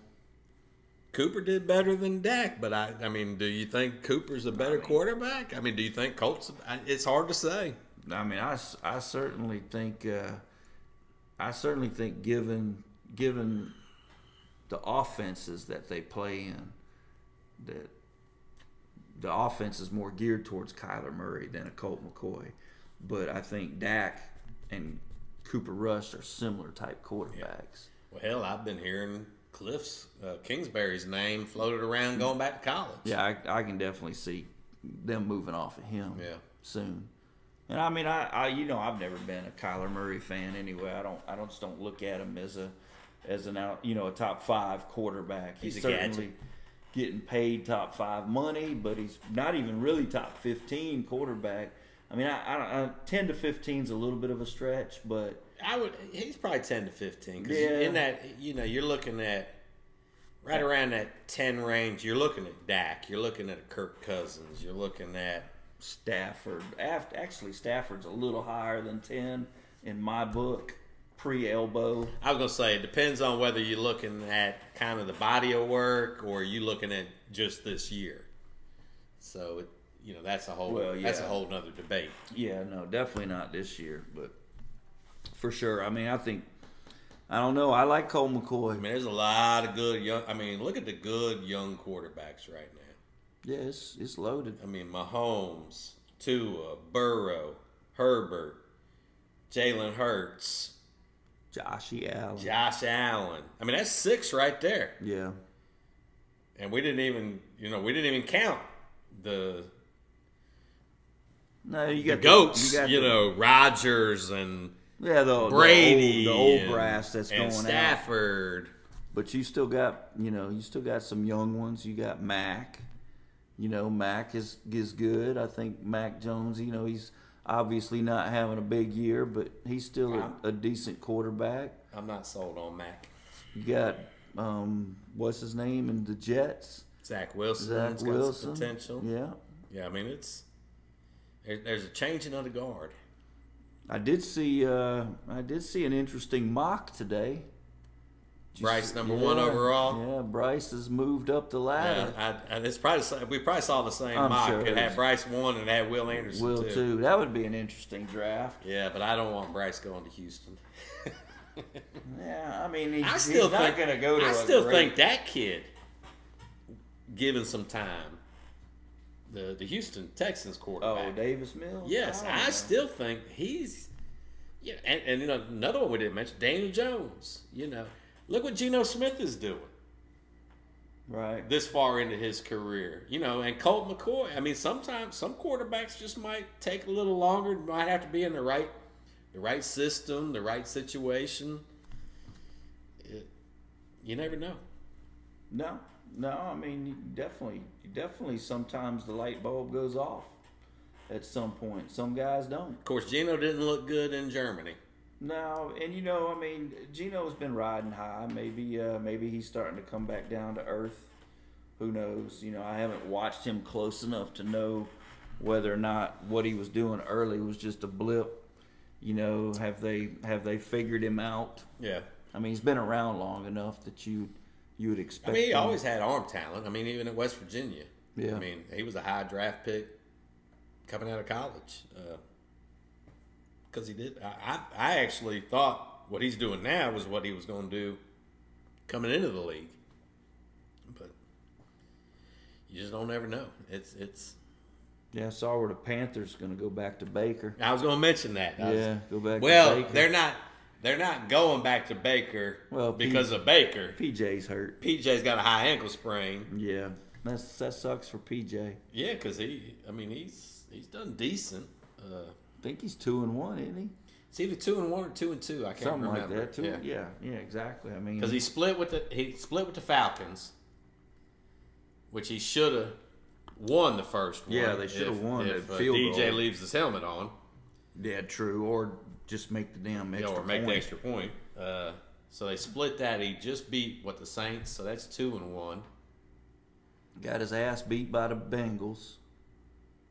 Speaker 2: Cooper did better than Dak. But I, I mean, do you think Cooper's a better quarterback? I mean, do you think Colts? I- It's hard to say.
Speaker 1: I mean, I, s- I certainly think uh, I certainly think given given the offenses that they play in, that the offense is more geared towards Kyler Murray than a Colt McCoy. But I think Dak and Cooper Rush are similar type quarterbacks.
Speaker 2: Well, hell, I've been hearing Cliff's uh, Kingsbury's name floated around going back to college.
Speaker 1: Yeah, I, I can definitely see them moving off of him.
Speaker 2: Yeah.
Speaker 1: soon. And I mean, I, I you know, I've never been a Kyler Murray fan anyway. I don't, I don't just don't look at him as a, as an out, you know, a top five quarterback. He's,
Speaker 2: He's a gadget.
Speaker 1: certainly getting paid top five money, but he's not even really top fifteen quarterback. I mean, I, I, I ten to fifteen is a little bit of a stretch, but
Speaker 2: I would. He's probably ten to fifteen. 'cause
Speaker 1: Yeah.
Speaker 2: In that, you know, you're looking at right around that ten range. You're looking at Dak. You're looking at Kirk Cousins. You're looking at
Speaker 1: Stafford, af- actually, Stafford's a little higher than ten in my book, pre elbow.
Speaker 2: I was gonna say it depends on whether you're looking at kind of the body of work or you looking at just this year. So it, you know that's a whole
Speaker 1: Well,
Speaker 2: that's a
Speaker 1: yeah.
Speaker 2: whole nother debate.
Speaker 1: Yeah, no, definitely not this year, but for sure. I mean, I think I don't know. I like Cole
Speaker 2: I
Speaker 1: McCoy.
Speaker 2: mean, there's a lot of good young. I mean, look at the good young quarterbacks right now.
Speaker 1: Yeah, it's it's loaded.
Speaker 2: I mean, Mahomes, Tua, Burrow, Herbert, Jalen Hurts,
Speaker 1: Joshy Allen.
Speaker 2: Josh Allen. I mean, that's six right there.
Speaker 1: Yeah,
Speaker 2: And we didn't even, you know, we didn't even count the
Speaker 1: no, you got the-
Speaker 2: goats. You,
Speaker 1: got the-
Speaker 2: know, Rodgers and
Speaker 1: yeah, the
Speaker 2: Brady,
Speaker 1: the old, the
Speaker 2: and-
Speaker 1: old brass that's
Speaker 2: and
Speaker 1: going out.
Speaker 2: Stafford.
Speaker 1: But you still got you know you still got some young ones. You got Mac. You know Mac is is good. I think Mac Jones. You know he's obviously not having a big year, but he's still a, a decent quarterback.
Speaker 2: I'm not sold on Mac.
Speaker 1: You got um, what's his name in the Jets?
Speaker 2: Zach Wilson.
Speaker 1: Zach
Speaker 2: has got
Speaker 1: Wilson.
Speaker 2: some potential. Yeah.
Speaker 1: Yeah.
Speaker 2: I mean it's there, there's a changing of the guard.
Speaker 1: I did see uh, I did see an interesting mock today. Did you
Speaker 2: Bryce,
Speaker 1: see-
Speaker 2: number one overall.
Speaker 1: Yeah, Bryce has moved up the ladder.
Speaker 2: Yeah, I, I, it's probably the same- we probably saw the same
Speaker 1: I'm
Speaker 2: mock.
Speaker 1: sure
Speaker 2: it
Speaker 1: it
Speaker 2: had
Speaker 1: is.
Speaker 2: Bryce one and it had Will Anderson
Speaker 1: Will
Speaker 2: too.
Speaker 1: too. That would be an interesting draft.
Speaker 2: Yeah, but I don't want Bryce going
Speaker 1: (laughs)
Speaker 2: to Houston.
Speaker 1: Yeah, I mean, he's,
Speaker 2: I
Speaker 1: he's
Speaker 2: still
Speaker 1: not
Speaker 2: think
Speaker 1: going to go to.
Speaker 2: I
Speaker 1: a
Speaker 2: still
Speaker 1: great-
Speaker 2: think that kid, given some time, the the Houston Texans quarterback.
Speaker 1: Oh, Davis Mills.
Speaker 2: Yes,
Speaker 1: don't
Speaker 2: I,
Speaker 1: know.
Speaker 2: still think he's. Yeah, and, and you know another one we didn't mention, Daniel Jones. You know, look what Geno Smith is doing
Speaker 1: right.
Speaker 2: this far into his career. You know, and Colt McCoy. I mean, sometimes some quarterbacks just might take a little longer. Might have to be in the right, the right system, the right situation. It, you never know.
Speaker 1: No, no. I mean, you definitely, you definitely. Sometimes the light bulb goes off at some point. Some guys don't.
Speaker 2: Of course, Geno didn't look good in Germany.
Speaker 1: No, and you know, I mean, Gino's been riding high. Maybe, uh, maybe he's starting to come back down to earth. Who knows? You know, I haven't watched him close enough to know whether or not what he was doing early was just a blip. You know, have they have they figured him out?
Speaker 2: Yeah.
Speaker 1: I mean, he's been around long enough that you you would
Speaker 2: I
Speaker 1: expect.
Speaker 2: mean, uh, he
Speaker 1: him-
Speaker 2: always had arm talent. I mean, even at West Virginia.
Speaker 1: Yeah.
Speaker 2: I mean, he was a high draft pick coming out of college. Because he did. I, I, I actually thought what he's doing now was what he was going to do coming into the league. But you just don't ever know. It's, it's,
Speaker 1: Yeah, I saw where the Panthers going to go back to Baker.
Speaker 2: I was going to mention that. I was-
Speaker 1: Yeah, go back.
Speaker 2: well,
Speaker 1: to Baker.
Speaker 2: they're not, they're not going back to Baker
Speaker 1: Well, P-
Speaker 2: because of Baker.
Speaker 1: PJ's hurt.
Speaker 2: PJ's got a high ankle sprain.
Speaker 1: Yeah, that's that sucks for PJ.
Speaker 2: Yeah, because he, I mean, he's he's done decent. Uh,
Speaker 1: I think he's two and one, isn't he?
Speaker 2: it's either two and one or two and two. I can't
Speaker 1: Something like
Speaker 2: remember.
Speaker 1: that too.
Speaker 2: Yeah,
Speaker 1: Yeah, yeah, exactly. I mean,
Speaker 2: because he split with the he split with the Falcons, which he should have won the first one.
Speaker 1: Yeah, they shoulda
Speaker 2: if-
Speaker 1: won
Speaker 2: if
Speaker 1: that
Speaker 2: uh,
Speaker 1: field
Speaker 2: DJ
Speaker 1: goal.
Speaker 2: leaves his helmet on
Speaker 1: yeah, true. Or just make the damn
Speaker 2: you
Speaker 1: extra
Speaker 2: know, or make the
Speaker 1: point.
Speaker 2: extra point. Uh, so they split that. He just beat what the Saints, so that's two and one.
Speaker 1: Got his ass beat by the Bengals,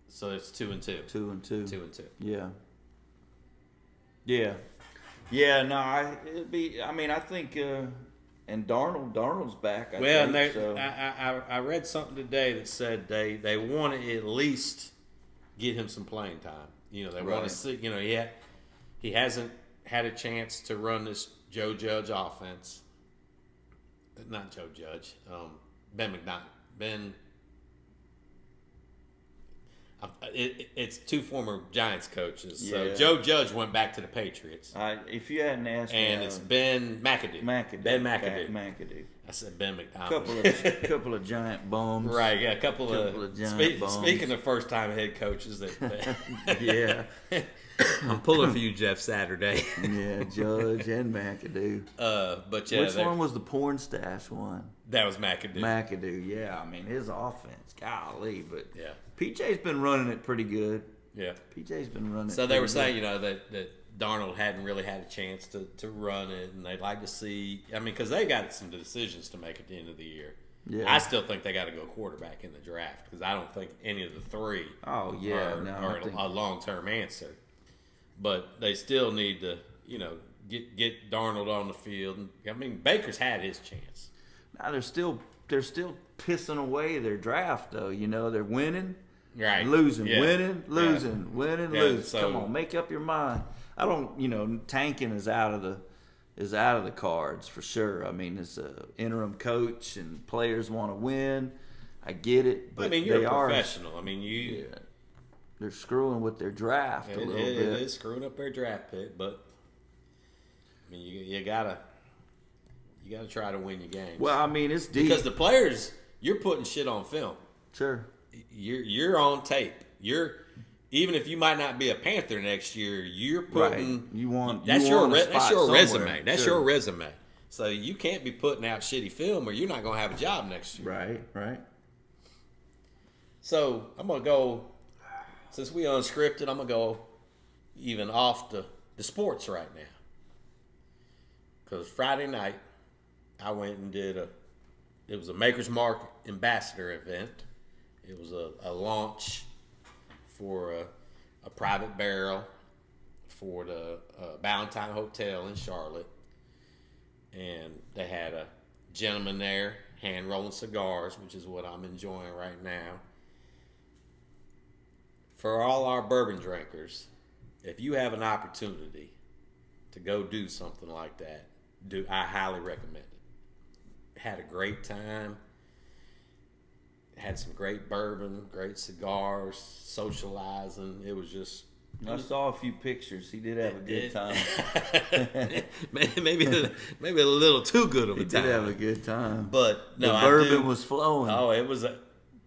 Speaker 2: So it's two and two.
Speaker 1: two and two.
Speaker 2: Two and two.
Speaker 1: Yeah. Yeah. Yeah. No, I it'd be. I mean, I think. uh And Darnold, Darnold's back. I
Speaker 2: Well, and
Speaker 1: think,
Speaker 2: they,
Speaker 1: so.
Speaker 2: I, I- I, I read something today that said they, they want to at least get him some playing time. You know, they want
Speaker 1: Right.
Speaker 2: to see. You know, yeah, he hasn't had a chance to run this Joe Judge offense. Not Joe Judge. Um, ben McDonald. Ben. I- It, it- it's two former Giants coaches. So
Speaker 1: Yeah.
Speaker 2: Joe Judge went back to the Patriots,
Speaker 1: I, if you hadn't asked
Speaker 2: and
Speaker 1: me,
Speaker 2: it's
Speaker 1: I,
Speaker 2: Ben McAdoo.
Speaker 1: McAdoo.
Speaker 2: Ben
Speaker 1: Back
Speaker 2: McAdoo.
Speaker 1: McAdoo.
Speaker 2: I said Ben McDonald. (laughs)
Speaker 1: Couple of couple of giant bums.
Speaker 2: Right, yeah, a couple,
Speaker 1: Couple
Speaker 2: of,
Speaker 1: of giant
Speaker 2: speak-
Speaker 1: bums.
Speaker 2: speaking of first time head coaches that,
Speaker 1: (laughs)
Speaker 2: that-
Speaker 1: Yeah.
Speaker 2: I'm pulling for you, Jeff Saturday.
Speaker 1: Yeah, Judge and McAdoo.
Speaker 2: (laughs) Uh, but yeah,
Speaker 1: Which
Speaker 2: they're-
Speaker 1: one was the porn stash one?
Speaker 2: that was McAdoo.
Speaker 1: McAdoo, yeah. I mean, his offense, golly. But
Speaker 2: yeah,
Speaker 1: PJ's been running it pretty good.
Speaker 2: yeah.
Speaker 1: PJ's been running.
Speaker 2: So
Speaker 1: it
Speaker 2: they were
Speaker 1: pretty
Speaker 2: saying, you know, that that Darnold hadn't really had a chance to to run it, and they'd like to see. I mean, because they got some decisions to make at the end of the year.
Speaker 1: Yeah.
Speaker 2: I still think they got to go quarterback in the draft because I don't think any of the three
Speaker 1: good. Oh yeah,
Speaker 2: or,
Speaker 1: no, I
Speaker 2: or
Speaker 1: think-
Speaker 2: a long term answer. But they still need to, you know, get get Darnold on the field. I mean, Baker's had his chance.
Speaker 1: now they're still they're still pissing away their draft though. You know they're winning,
Speaker 2: Right.
Speaker 1: losing,
Speaker 2: Yeah.
Speaker 1: winning,
Speaker 2: Yeah.
Speaker 1: losing, winning,
Speaker 2: Yeah,
Speaker 1: losing.
Speaker 2: so-
Speaker 1: Come on, make up your mind. I don't, you know, tanking is out of the is out of the cards for sure. I mean, it's a interim coach and players want to win. I get it, but
Speaker 2: I mean, you're
Speaker 1: they
Speaker 2: a
Speaker 1: are
Speaker 2: professional. I mean, you
Speaker 1: Yeah. they're screwing with their draft
Speaker 2: it,
Speaker 1: a
Speaker 2: it-
Speaker 1: little
Speaker 2: it
Speaker 1: bit.
Speaker 2: is screwing up their draft pick, but I mean, you you gotta you gotta try to win your games.
Speaker 1: Well, I mean, it's deep.
Speaker 2: because the players, you're putting shit on film.
Speaker 1: sure.
Speaker 2: You're you're on tape. You're even if you might not be a Panther next year, you're putting
Speaker 1: Right. You want
Speaker 2: That's
Speaker 1: you
Speaker 2: your
Speaker 1: want a
Speaker 2: re- that's
Speaker 1: spot
Speaker 2: your
Speaker 1: somewhere.
Speaker 2: resume. That's
Speaker 1: Sure.
Speaker 2: your resume. So you can't be putting out shitty film, or you're not gonna have a job next year.
Speaker 1: right, right.
Speaker 2: So I'm gonna go. Since we unscripted, I'm gonna go even off the the sports right now. Because Friday night I went and did a. It was a Maker's Mark ambassador event. It was a, a launch for a, a private barrel for the uh, Valentine Hotel in Charlotte, and they had a gentleman there hand rolling cigars, which is what I'm enjoying right now. For all our bourbon drinkers, if you have an opportunity to go do something like that, do I highly recommend it. Had a great time. Had some great bourbon, great cigars, socializing. It
Speaker 1: (laughs)
Speaker 2: was just
Speaker 1: I saw a few pictures. He did have a good time.
Speaker 3: May- maybe a- maybe a little too good of a
Speaker 1: (laughs) He did have
Speaker 3: time.
Speaker 1: a good time.
Speaker 2: But no,
Speaker 1: the
Speaker 2: I
Speaker 1: bourbon
Speaker 2: do-
Speaker 1: was flowing.
Speaker 2: Oh, it was a,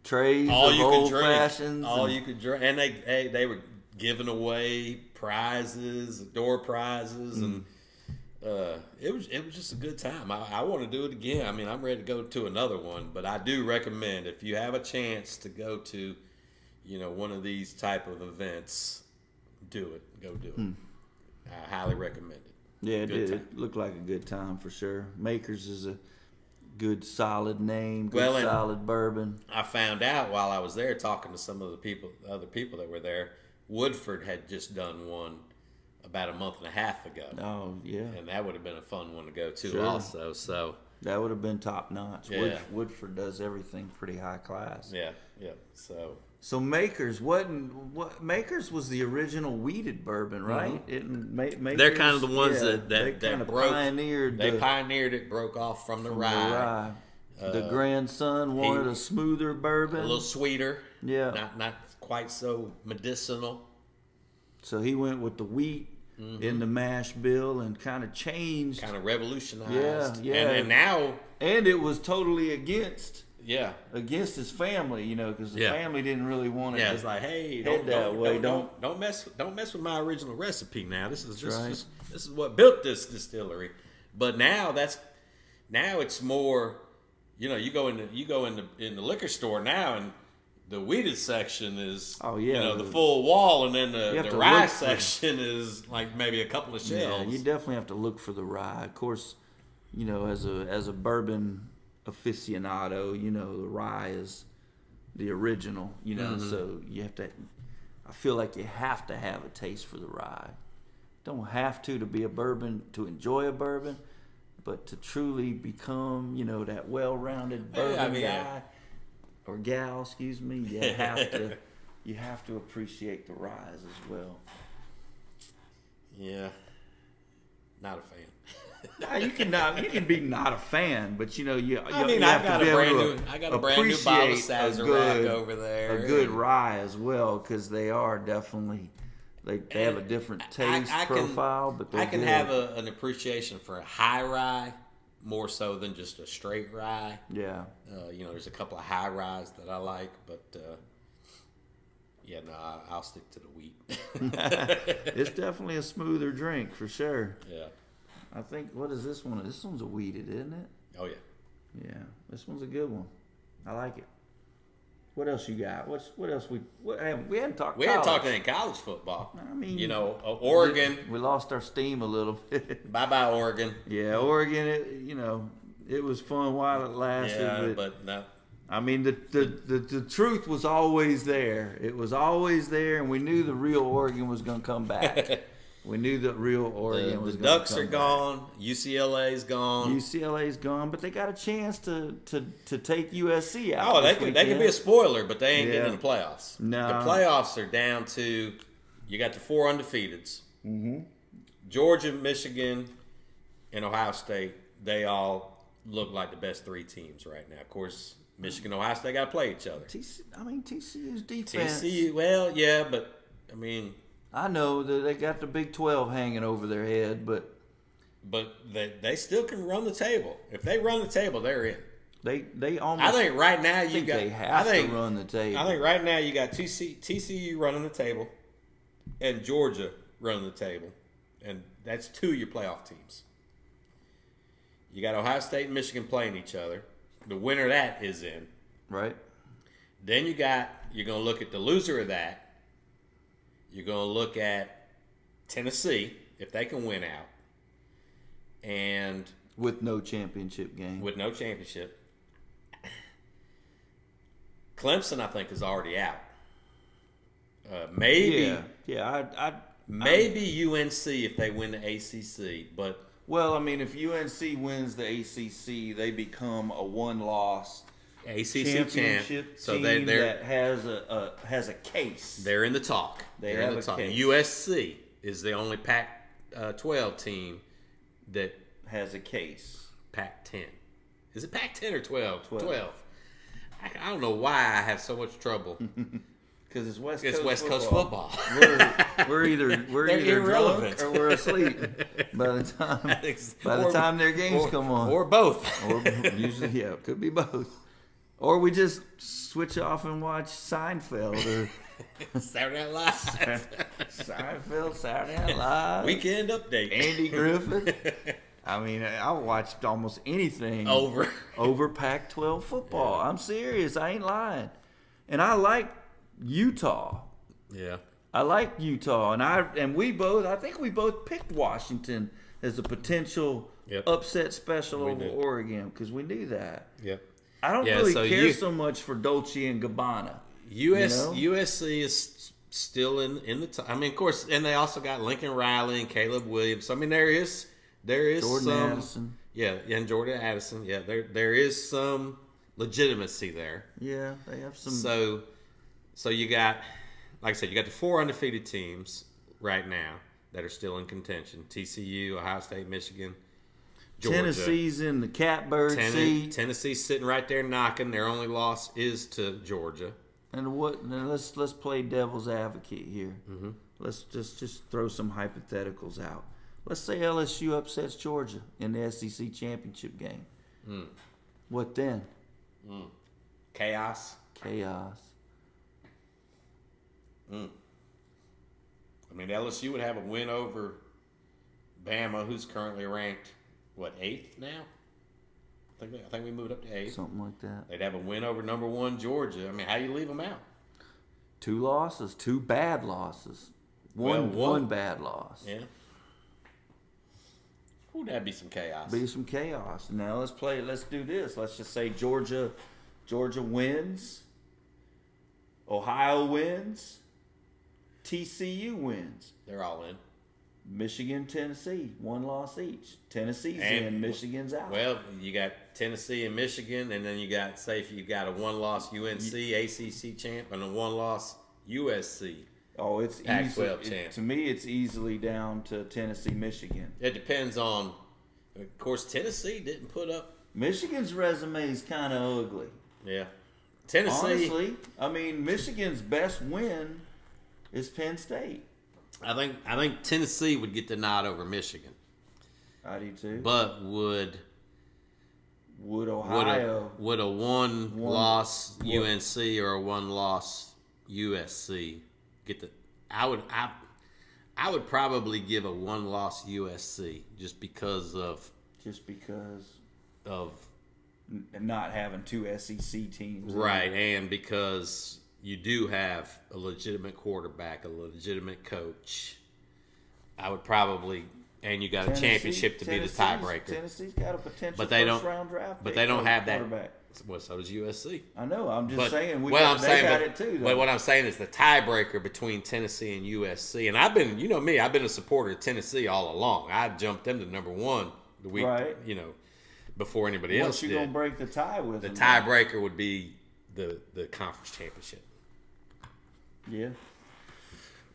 Speaker 1: Trays
Speaker 2: all
Speaker 1: of
Speaker 2: you
Speaker 1: old
Speaker 2: could drink.
Speaker 1: fashions.
Speaker 2: all
Speaker 1: and-
Speaker 2: you could drink, and they hey, they were giving away prizes, door prizes, and
Speaker 1: Mm.
Speaker 2: uh, it was it was just a good time. I, I want to do it again. I mean, I'm ready to go to another one, but I do recommend if you have a chance to go to, you know, one of these type of events, do it. Go do it.
Speaker 1: Hmm.
Speaker 2: I highly recommend it.
Speaker 1: Yeah, it
Speaker 2: Good
Speaker 1: did.
Speaker 2: time.
Speaker 1: It looked like a good time for sure. Makers is a good, solid name. Good,
Speaker 2: Well, and-
Speaker 1: solid bourbon.
Speaker 2: I found out while I was there talking to some of the people, other people that were there, Woodford had just done one about a month and a half ago,
Speaker 1: Oh yeah,
Speaker 2: and that would have been a fun one to go to
Speaker 1: Sure.
Speaker 2: also. So
Speaker 1: that would have been top notch.
Speaker 2: Yeah.
Speaker 1: Wood, Woodford does everything pretty high class.
Speaker 2: yeah, yeah. So
Speaker 1: So Makers wasn't what Makers was the original weeded bourbon, right? It, ma- Makers,
Speaker 3: They're kind of the ones that- that-
Speaker 1: they
Speaker 3: that
Speaker 1: kinda
Speaker 2: broke-
Speaker 1: pioneered
Speaker 2: they
Speaker 1: the,
Speaker 2: pioneered it, broke off from the
Speaker 1: the
Speaker 2: rye,
Speaker 1: rye. the grandson wanted a smoother
Speaker 2: a
Speaker 1: bourbon,
Speaker 2: little sweeter,
Speaker 1: Yeah.
Speaker 2: not not quite so medicinal.
Speaker 1: so he went with the wheat in the mash bill and kind of changed.
Speaker 2: Kind of revolutionized,
Speaker 1: yeah.
Speaker 2: And, and now,
Speaker 1: and it was totally against
Speaker 2: yeah,
Speaker 1: against his family, you know, because the
Speaker 3: Yeah.
Speaker 1: family didn't really want it.
Speaker 2: yeah. It's like, hey, don't,
Speaker 1: Head that
Speaker 2: don't,
Speaker 1: way, don't-
Speaker 2: don't, don't don't mess don't mess with my original recipe. Now this is
Speaker 1: That's
Speaker 2: this,
Speaker 1: right.
Speaker 2: this, this is what built this distillery. But now that's now it's more. You know, you go in the you go in the in the liquor store now, and the weeded section is
Speaker 1: Oh, yeah,
Speaker 2: you know the,
Speaker 1: the-
Speaker 2: full wall, and then
Speaker 1: You
Speaker 2: the,
Speaker 1: have
Speaker 2: the
Speaker 1: to
Speaker 2: rye
Speaker 1: look for-
Speaker 2: section is like maybe a couple of
Speaker 1: Yeah,
Speaker 2: shelves.
Speaker 1: you definitely have to look for the rye. Of course, you know, as a as a bourbon aficionado, you know, the rye is the original, you know,
Speaker 2: Mm-hmm.
Speaker 1: so you have to I feel like you have to have a taste for the rye. Don't have to to be a bourbon to enjoy a bourbon, but to truly become, you know, that well-rounded
Speaker 2: Yeah, I
Speaker 1: bourbon
Speaker 2: mean,
Speaker 1: guy
Speaker 2: I-
Speaker 1: or gal, excuse me, you have
Speaker 2: (laughs)
Speaker 1: to you have to appreciate the rise as well.
Speaker 2: yeah. not a fan.
Speaker 1: Nah, you can not, you can be not a fan, but you know you. you
Speaker 2: I mean,
Speaker 1: you have
Speaker 2: I've
Speaker 1: to
Speaker 2: got
Speaker 1: be
Speaker 2: a
Speaker 1: able
Speaker 2: brand
Speaker 1: to
Speaker 2: new I got a brand new bottle of
Speaker 1: appreciate a
Speaker 2: Sazerac
Speaker 1: good-
Speaker 2: over
Speaker 1: a
Speaker 2: there.
Speaker 1: good
Speaker 2: and-
Speaker 1: rye as well because they are definitely they, they have a different taste
Speaker 2: I- I can-
Speaker 1: profile, but they're
Speaker 2: I can
Speaker 1: good.
Speaker 2: have a, an appreciation for a high rye more so than just a straight rye.
Speaker 1: yeah.
Speaker 2: Uh, you know, there's a couple of high ryes that I like, but uh, yeah, no, I, I'll stick to the wheat. (laughs)
Speaker 1: It's definitely a smoother drink for sure.
Speaker 2: yeah.
Speaker 1: I think what is this one? This one's a weeded, isn't it?
Speaker 2: Oh yeah.
Speaker 1: Yeah, this one's a good one. I like it. What else you got? What's what else we what, haven't- we haven't talked?
Speaker 2: We ain't
Speaker 1: college.
Speaker 2: talking any college football.
Speaker 1: I mean-
Speaker 2: you know, uh, Oregon.
Speaker 1: We lost our steam a little. (laughs) bit.
Speaker 2: Bye bye, Oregon.
Speaker 1: Yeah, Oregon. It, you know, it was fun while it lasted.
Speaker 2: Yeah,
Speaker 1: but,
Speaker 2: but no.
Speaker 1: I mean, the, the the the truth was always there. It was always there, and we knew the real Oregon was going to come
Speaker 2: (laughs)
Speaker 1: back. we knew the real Oregon
Speaker 2: The,
Speaker 1: was.
Speaker 2: the
Speaker 1: gonna
Speaker 2: Ducks
Speaker 1: come
Speaker 2: are
Speaker 1: back.
Speaker 2: gone. UCLA's gone.
Speaker 1: UCLA's gone, but they got a chance to to, to take USC out.
Speaker 2: Oh, they
Speaker 1: this
Speaker 2: could they could be a
Speaker 1: weekend.
Speaker 2: spoiler, but they ain't
Speaker 1: Yeah.
Speaker 2: getting in the playoffs.
Speaker 1: No.
Speaker 2: the playoffs are down to you got the four undefeateds: mm-hmm. Georgia, Michigan, and Ohio State. They all look like the best three teams right now. Of course, Michigan, and Ohio State got to play each other.
Speaker 1: TC, I mean, TCU's defense.
Speaker 2: TCU, well, yeah, but I mean,
Speaker 1: I know that they got the Big Twelve hanging over their head, but
Speaker 2: but they they still can run the table. If they run the table, they're in.
Speaker 1: they they almost.
Speaker 2: I think right now you
Speaker 1: think
Speaker 2: got.
Speaker 1: they have
Speaker 2: I think
Speaker 1: to run the table.
Speaker 2: I think right now you got TC, TCU running the table and Georgia running the table. And that's two of your playoff teams. You got Ohio State and Michigan playing each other. The winner of that is in.
Speaker 1: right.
Speaker 2: Then you got, you're going to look at the loser of that. You're going to look at Tennessee, if they can win out. And
Speaker 1: with no championship game.
Speaker 2: with no championship. Clemson, I think, is already out. Uh, maybe,
Speaker 1: yeah, yeah. I, I,
Speaker 2: maybe UNC if they win the ACC, but
Speaker 1: well, I mean, if UNC wins the ACC, they become a one-loss
Speaker 2: ACC champ.
Speaker 1: championship
Speaker 2: So
Speaker 1: team
Speaker 2: they, they're
Speaker 1: that has a, a has a case.
Speaker 2: they're in the talk.
Speaker 1: They
Speaker 2: are in
Speaker 1: have
Speaker 2: the
Speaker 1: a
Speaker 2: talk.
Speaker 1: case.
Speaker 2: USC is the only Pac-12 team that
Speaker 1: Has a case.
Speaker 2: Pac-10. Is it Pac-10 or 12? 12.
Speaker 1: Twelve.
Speaker 2: I, I don't know why I have so much
Speaker 1: (laughs)
Speaker 2: trouble.
Speaker 1: Because it's West
Speaker 2: It's
Speaker 1: Coast
Speaker 2: West
Speaker 1: football.
Speaker 2: Coast
Speaker 1: we're,
Speaker 2: football.
Speaker 1: we're
Speaker 2: (laughs)
Speaker 1: either we're
Speaker 2: They're
Speaker 1: either
Speaker 2: irrelevant.
Speaker 1: drunk or we're
Speaker 2: (laughs)
Speaker 1: asleep by the time by the
Speaker 2: Or-
Speaker 1: time their games
Speaker 2: or-
Speaker 1: come on.
Speaker 2: or both. (laughs)
Speaker 1: Or usually, yeah, it could be both. Or we just switch off and watch Seinfeld or
Speaker 2: Saturday Night Live.
Speaker 1: Seinfeld Saturday
Speaker 2: (laughs)
Speaker 1: Night Live.
Speaker 2: Weekend update.
Speaker 1: Andy
Speaker 2: (laughs)
Speaker 1: Griffith. I mean, I I watched almost anything
Speaker 2: over.
Speaker 1: over Pac-12 football. I'm serious. I ain't lying. And I like Utah.
Speaker 2: Yeah.
Speaker 1: I like Utah, and I and we both. I think we both picked Washington as a potential
Speaker 2: Yep.
Speaker 1: upset special over
Speaker 2: did.
Speaker 1: Oregon because we knew that.
Speaker 2: Yep.
Speaker 1: I don't
Speaker 2: Yeah,
Speaker 1: really
Speaker 2: so
Speaker 1: care
Speaker 2: you-
Speaker 1: so much for Dolce and Gabbana.
Speaker 2: US
Speaker 1: You
Speaker 2: USC is s- still in in the top. I mean, of course, and they also got Lincoln Riley and Caleb Williams. I mean, there is there is
Speaker 1: Jordan
Speaker 2: some
Speaker 1: Addison.
Speaker 2: yeah, and Jordan Addison. Yeah, there there is some legitimacy there.
Speaker 1: Yeah, they have some.
Speaker 2: So, so you got, like I said, you got the four undefeated teams right now that are still in contention: TCU, Ohio State, Michigan, Georgia.
Speaker 1: Tennessee's in the catbird
Speaker 2: Tenne-
Speaker 1: seat,
Speaker 2: Tennessee's sitting right there knocking. Their only loss is to Georgia.
Speaker 1: and what? Now let's let's play devil's advocate here. Mm-hmm. Let's just just throw some hypotheticals out. Let's say LSU upsets Georgia in the SEC championship game. What then?
Speaker 2: Chaos.
Speaker 1: Chaos.
Speaker 2: I mean, LSU would have a win over Bama, who's currently ranked what eighth now. I think, I think we moved up to eighth.
Speaker 1: Something like that.
Speaker 2: They'd have a win over number one Georgia. I mean, how you leave them out?
Speaker 1: Two losses, two bad losses.
Speaker 2: Well,
Speaker 1: One
Speaker 2: one-
Speaker 1: one bad loss.
Speaker 2: Yeah. Ooh, that'd be some chaos.
Speaker 1: Be some chaos. Now let's play let's do this. Let's just say Georgia Georgia wins. Ohio wins. TCU wins.
Speaker 2: They're all in.
Speaker 1: Michigan, Tennessee, one loss each. Tennessee's
Speaker 2: And-
Speaker 1: in, Michigan's out.
Speaker 2: Well, you got Tennessee and Michigan, and then you got say if you got a one-loss UNC ACC champ and a one-loss USC.
Speaker 1: oh, it's easy.
Speaker 2: Pac-12 champ.
Speaker 1: to me, it's easily down to Tennessee, Michigan.
Speaker 2: It depends on. Of course, Tennessee didn't put up.
Speaker 1: Michigan's resume is kind of ugly.
Speaker 2: Yeah, Tennessee.
Speaker 1: Honestly, I mean, Michigan's best win is Penn State.
Speaker 2: I think I think Tennessee would get the nod over Michigan,
Speaker 1: I do too.
Speaker 2: but would
Speaker 1: Would
Speaker 2: would a,
Speaker 1: Ohio?
Speaker 2: would a one, loss UNC or a one loss USC get the? I would I, I would probably give a one loss USC just because of
Speaker 1: just because
Speaker 2: of
Speaker 1: n- not having two SEC teams.
Speaker 2: right and because you do have a legitimate quarterback, a legitimate coach. I would probably and you got a
Speaker 1: Tennessee-
Speaker 2: championship to be the
Speaker 1: Tennessee's-
Speaker 2: tiebreaker,
Speaker 1: Tennessee's got a potential
Speaker 2: but they
Speaker 1: first
Speaker 2: don't.
Speaker 1: round draft.
Speaker 2: But
Speaker 1: pick
Speaker 2: they don't
Speaker 1: for
Speaker 2: have that.
Speaker 1: quarterback.
Speaker 2: Well, so does USC.
Speaker 1: I know. I'm just saying. We
Speaker 2: well,
Speaker 1: got, they
Speaker 2: I'm saying,
Speaker 1: got
Speaker 2: but,
Speaker 1: it too.
Speaker 2: but
Speaker 1: though.
Speaker 2: what I'm saying is the tiebreaker between Tennessee and USC. And I've been, you know me, I've been a supporter of Tennessee all along. I jumped them to number one the week,
Speaker 1: Right.
Speaker 2: you know, before anybody
Speaker 1: Once
Speaker 2: else
Speaker 1: you gonna
Speaker 2: did.
Speaker 1: break the tie with
Speaker 2: The
Speaker 1: them.
Speaker 2: tiebreaker would be the the conference championship.
Speaker 1: Yeah.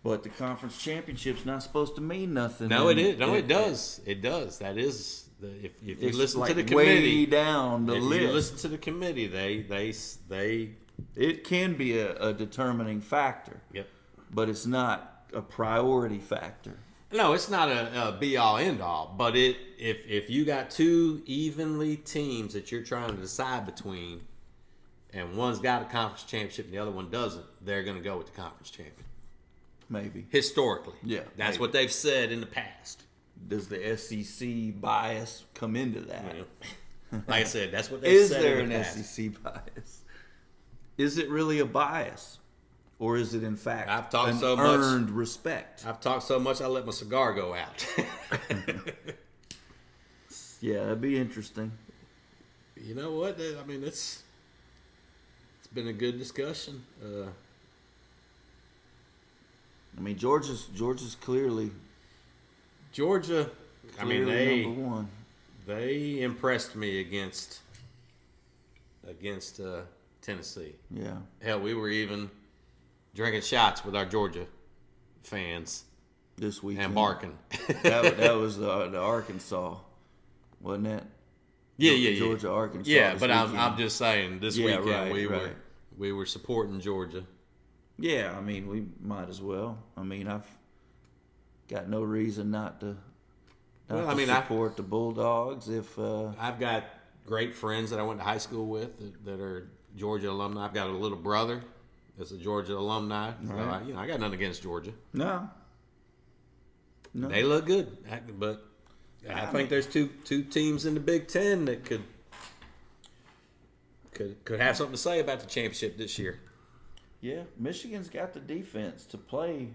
Speaker 1: But the conference championship's not supposed to mean nothing.
Speaker 2: No, it
Speaker 1: and
Speaker 2: is. No, Mm-hmm. it does. It does. That is. The, if if you
Speaker 1: it's
Speaker 2: listen to
Speaker 1: like
Speaker 2: the
Speaker 1: way
Speaker 2: committee,
Speaker 1: down the
Speaker 2: if
Speaker 1: list.
Speaker 2: you listen to the committee, they they s- they.
Speaker 1: It can be a, a determining factor,
Speaker 2: Yep.
Speaker 1: but it's not a priority factor.
Speaker 2: No, it's not a, a be all end all, but it if if you got two evenly teams that you're trying to decide between, and one's got a conference championship and the other one doesn't, they're going to go with the conference champion.
Speaker 1: Maybe
Speaker 2: Historically,
Speaker 1: Yeah,
Speaker 2: that's
Speaker 1: maybe.
Speaker 2: what they've said in the past.
Speaker 1: does the SEC bias come into that? Is
Speaker 2: like I said, that's what they've said
Speaker 1: there an
Speaker 2: in
Speaker 1: E
Speaker 2: the past.
Speaker 1: SEC bias? Is it really a bias, or is it in fact
Speaker 2: I've talked
Speaker 1: an
Speaker 2: so much-
Speaker 1: earned respect?
Speaker 2: I've talked so much, I let my cigar go out.
Speaker 1: Yeah, that'd be interesting.
Speaker 2: (laughs) You know what? That- I mean, it's it's been a good discussion. Uh,
Speaker 1: I mean, Georgia's Georgia's clearly,
Speaker 2: Georgia, I mean,
Speaker 1: clearly
Speaker 2: they
Speaker 1: number one.
Speaker 2: they impressed me against against uh, Tennessee.
Speaker 1: Yeah,
Speaker 2: Hell, we were even drinking shots with our Georgia fans
Speaker 1: this weekend.
Speaker 2: and barking. (laughs)
Speaker 1: that, wa- that was uh, the Arkansas, wasn't it?
Speaker 2: yeah, yeah, yeah.
Speaker 1: Georgia, Arkansas.
Speaker 2: yeah,
Speaker 1: this
Speaker 2: but I'm,
Speaker 1: weekend.
Speaker 2: I'm just saying this
Speaker 1: Yeah,
Speaker 2: weekend
Speaker 1: right,
Speaker 2: we were
Speaker 1: right.
Speaker 2: we were supporting Georgia.
Speaker 1: Yeah, I mean, we might as well. I mean, I've got no reason not to. Not
Speaker 2: Well,
Speaker 1: to
Speaker 2: I mean, I-
Speaker 1: support the Bulldogs if. Uh,
Speaker 2: I've got great friends that I went to high school with that, that are Georgia alumni. I've got a little brother that's a Georgia alumni. So
Speaker 1: Right.
Speaker 2: I, you know, I got nothing against Georgia.
Speaker 1: no. No.
Speaker 2: They look good, I- but I, think there's two two teams in the Big Ten that could could could have something to say about the championship this year.
Speaker 1: Yeah, Michigan's got the defense to play.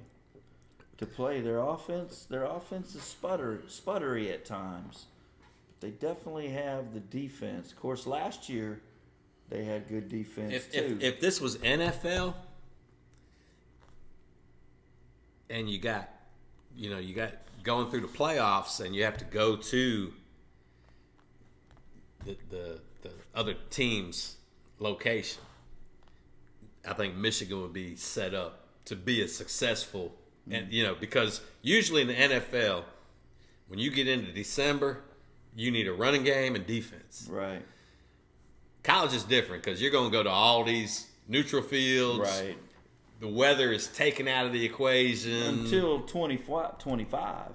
Speaker 1: To play their offense, their offense is sputter, sputtery at times. But they definitely have the defense. Of course, last year they had good defense
Speaker 2: If,
Speaker 1: too.
Speaker 2: if, if this was NFL and you got, you know, you got going through the playoffs and you have to go to the, the, the other team's location, I think Michigan would be set up to be a successful, and you know, because usually in the NFL, when you get into December, you need a running game and defense.
Speaker 1: right,
Speaker 2: College is different because you're going to go to all these neutral fields.
Speaker 1: right.
Speaker 2: The weather is taken out of the equation.
Speaker 1: Until 20, 25,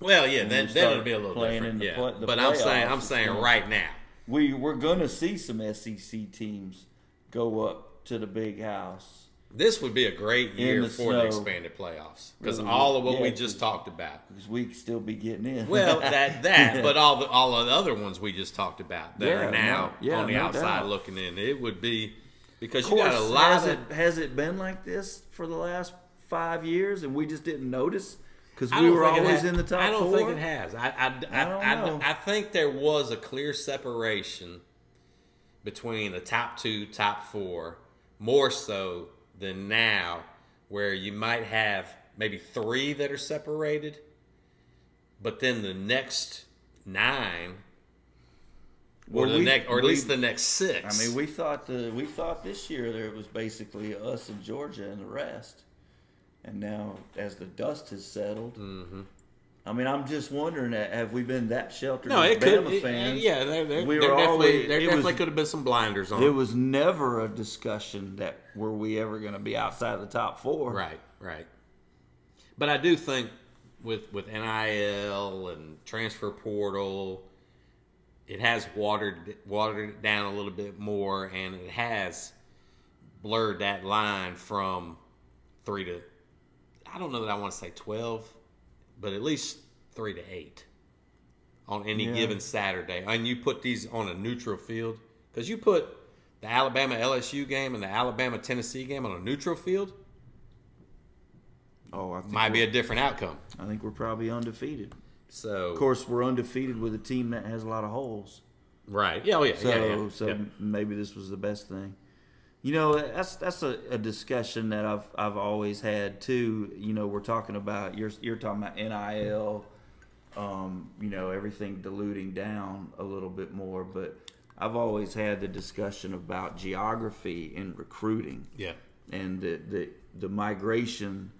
Speaker 2: well, yeah, then,
Speaker 1: you
Speaker 2: then
Speaker 1: start
Speaker 2: it'll be a little
Speaker 1: playing
Speaker 2: different.
Speaker 1: in the
Speaker 2: Yeah.
Speaker 1: pla- the
Speaker 2: but I'm saying,
Speaker 1: playoffs,
Speaker 2: I'm
Speaker 1: it's
Speaker 2: saying
Speaker 1: gonna-
Speaker 2: right now.
Speaker 1: we we're gonna see some SEC teams go up to the big house.
Speaker 2: This would be a great year
Speaker 1: the
Speaker 2: for the
Speaker 1: snow.
Speaker 2: expanded playoffs because
Speaker 1: Really,
Speaker 2: all of what we
Speaker 1: yeah,
Speaker 2: just
Speaker 1: (laughs)
Speaker 2: talked about.
Speaker 1: Because we could still be getting in.
Speaker 2: Well,
Speaker 1: (laughs)
Speaker 2: that that, but all the all of the other ones we just talked about that
Speaker 1: Yeah,
Speaker 2: are now
Speaker 1: no- yeah,
Speaker 2: on the
Speaker 1: no
Speaker 2: outside
Speaker 1: doubt.
Speaker 2: looking in. It would be because
Speaker 1: Of
Speaker 2: you got a
Speaker 1: course,
Speaker 2: lot
Speaker 1: has
Speaker 2: of
Speaker 1: it, has it been like this for the last five years and we just didn't notice because
Speaker 2: I
Speaker 1: we
Speaker 2: don't
Speaker 1: were
Speaker 2: think it
Speaker 1: always
Speaker 2: ha-
Speaker 1: in the top
Speaker 2: I don't
Speaker 1: four?
Speaker 2: think it has. I, I, I,
Speaker 1: I don't
Speaker 2: I-
Speaker 1: know.
Speaker 2: I think there was a clear separation between the top two, top four, more so than now, where you might have maybe three that are separated, but then the next nine, or
Speaker 1: Well,
Speaker 2: the
Speaker 1: we-
Speaker 2: next, or at
Speaker 1: we-
Speaker 2: least the next six.
Speaker 1: I mean, we thought the we thought this year there was basically us and Georgia and the rest, and now as the dust has settled,
Speaker 2: Mm-hmm.
Speaker 1: I mean, I'm just wondering: have we been that sheltered?
Speaker 2: no,
Speaker 1: as
Speaker 2: it could.
Speaker 1: Bama
Speaker 2: it-
Speaker 1: fans?
Speaker 2: yeah, there, there,
Speaker 1: We
Speaker 2: there
Speaker 1: were
Speaker 2: definitely,
Speaker 1: always-
Speaker 2: there
Speaker 1: it was-
Speaker 2: definitely could have been some blinders on.
Speaker 1: It was never a discussion that were we ever going to be outside of the top four.
Speaker 2: Right, right. But I do think with with NIL and transfer portal, it has watered watered it down a little bit more, and it has blurred that line from three to I don't know that I want to say twelve, but at least three to eight on any
Speaker 1: Yeah.
Speaker 2: given Saturday. And you put these on a neutral field because you put the Alabama LSU game and the Alabama Tennessee game on a neutral field
Speaker 1: Oh, I think,
Speaker 2: might be
Speaker 1: we're-
Speaker 2: a different outcome.
Speaker 1: I think we're probably undefeated.
Speaker 2: So
Speaker 1: Of course, we're undefeated with a team that has a lot of holes.
Speaker 2: right? Yeah, oh yeah,
Speaker 1: So,
Speaker 2: yeah, yeah,
Speaker 1: so
Speaker 2: yeah.
Speaker 1: maybe this was the best thing. You know, that's that's a, a discussion that I've I've always had too. You know, we're talking about you're you're talking about NIL, um, you know, everything diluting down a little bit more. But I've always had the discussion about geography and recruiting
Speaker 2: Yeah.
Speaker 1: and the, the the migration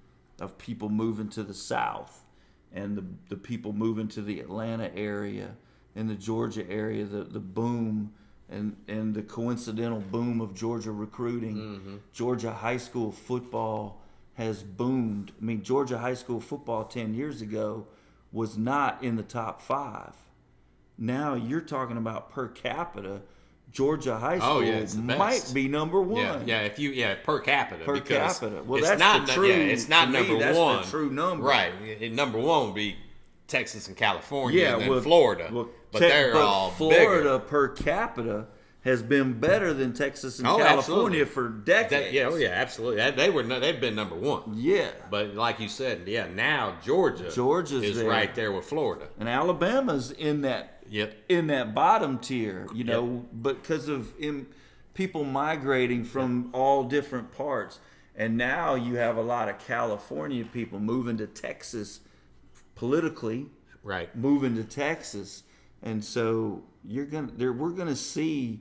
Speaker 1: of people moving to the south and the, the people moving to the Atlanta area and the Georgia area, the, the boom and, and the coincidental boom of Georgia recruiting.
Speaker 2: Mm-hmm.
Speaker 1: Georgia high school football has boomed. I mean, Georgia high school football 10 years ago was not in the top five. Now you're talking about per capita. Georgia high school
Speaker 2: Oh, yeah, it's the
Speaker 1: might
Speaker 2: best.
Speaker 1: be number one
Speaker 2: yeah, yeah. If you yeah per capita
Speaker 1: per
Speaker 2: because
Speaker 1: capita. Well,
Speaker 2: it's
Speaker 1: that's
Speaker 2: not
Speaker 1: the
Speaker 2: nu-
Speaker 1: true.
Speaker 2: yeah, it's not
Speaker 1: to me,
Speaker 2: number
Speaker 1: that's
Speaker 2: one.
Speaker 1: The true number,
Speaker 2: Right, i- i- number one would be Texas and California,
Speaker 1: Yeah,
Speaker 2: and then
Speaker 1: well,
Speaker 2: Florida,
Speaker 1: well,
Speaker 2: but
Speaker 1: te-
Speaker 2: they're all
Speaker 1: Florida
Speaker 2: bigger.
Speaker 1: per capita has been better than Texas and
Speaker 3: Oh,
Speaker 1: California
Speaker 3: absolutely.
Speaker 1: for
Speaker 3: That,
Speaker 1: decades.
Speaker 3: yeah, oh yeah, absolutely. That, they were no, they've been number one.
Speaker 1: Yeah.
Speaker 3: But like you said, yeah, now Georgia,
Speaker 1: Georgia's
Speaker 3: is
Speaker 1: there.
Speaker 3: right there with Florida.
Speaker 1: And Alabama's in that
Speaker 3: Yep.
Speaker 1: in that bottom tier, you know,
Speaker 3: Yep.
Speaker 1: but because of in, people migrating from all different parts. And now you have a lot of California people moving to Texas politically,
Speaker 3: Right.
Speaker 1: moving to Texas. And so you're going to there we're going to see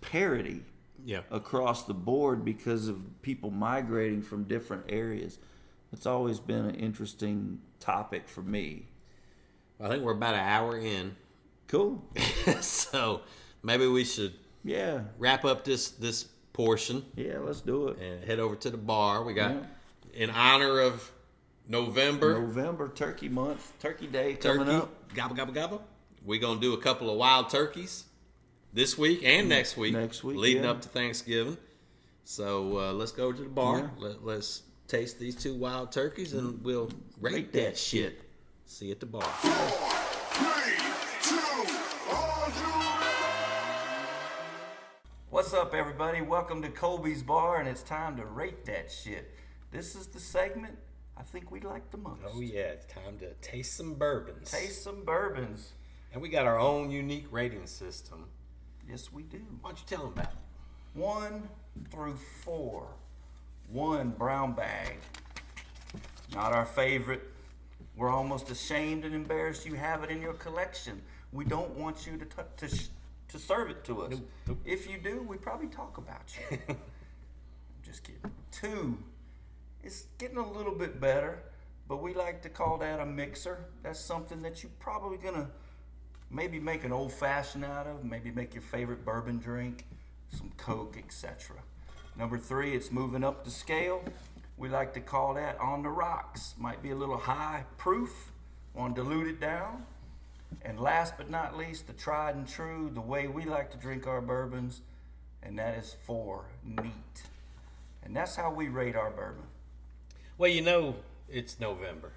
Speaker 1: parity
Speaker 3: Yeah.
Speaker 1: across the board because of people migrating from different areas. It's always been an interesting topic for me.
Speaker 3: I think we're about an hour
Speaker 2: (laughs)
Speaker 3: in,
Speaker 1: Cool.
Speaker 3: so maybe we should
Speaker 1: Yeah.
Speaker 3: wrap up this this portion
Speaker 1: Yeah, let's do it.
Speaker 3: and head over to the bar. We got in honor of November.
Speaker 1: November, Turkey Month, Turkey Day
Speaker 3: turkey.
Speaker 1: coming up
Speaker 3: Gobble gobble gobble. We're gonna do a couple of wild turkeys this week and
Speaker 2: Mm,
Speaker 3: next week.
Speaker 1: next week,
Speaker 3: leading
Speaker 1: yeah.
Speaker 3: up to Thanksgiving. So uh, let's go to the bar.
Speaker 1: Yeah.
Speaker 3: Let, us taste these two wild turkeys,
Speaker 2: Mm.
Speaker 3: and we'll rate,
Speaker 1: Rate
Speaker 3: that,
Speaker 1: that
Speaker 3: shit. See you at the bar.
Speaker 4: Three, two, all you
Speaker 1: What's up, everybody? Welcome to Colby's Bar, and it's time to rate that shit. This is the segment I think we like the most.
Speaker 2: Oh yeah, it's time to taste some bourbons.
Speaker 1: Taste some bourbons.
Speaker 2: And we got our own unique rating system.
Speaker 1: Yes, we do.
Speaker 2: Why don't you tell them about it?
Speaker 1: One through four. One brown bag. Not our favorite. We're almost ashamed and embarrassed you have it in your collection. We don't want you to t- to, sh- to serve it to us. If you do, we probably talk about you. I'm just kidding. Two. It's getting a little bit better, but we like to call that a mixer. That's something that you're probably gonna maybe make an old fashioned out of, maybe make your favorite bourbon drink, some Coke, etc. Number three, it's moving up the scale. We like to call that on the rocks. Might be a little high proof, want to dilute it down. And last but not least, the tried and true, the way we like to drink our bourbons, and that is four neat. And that's how we rate our bourbon.
Speaker 2: Well, you know, it's November.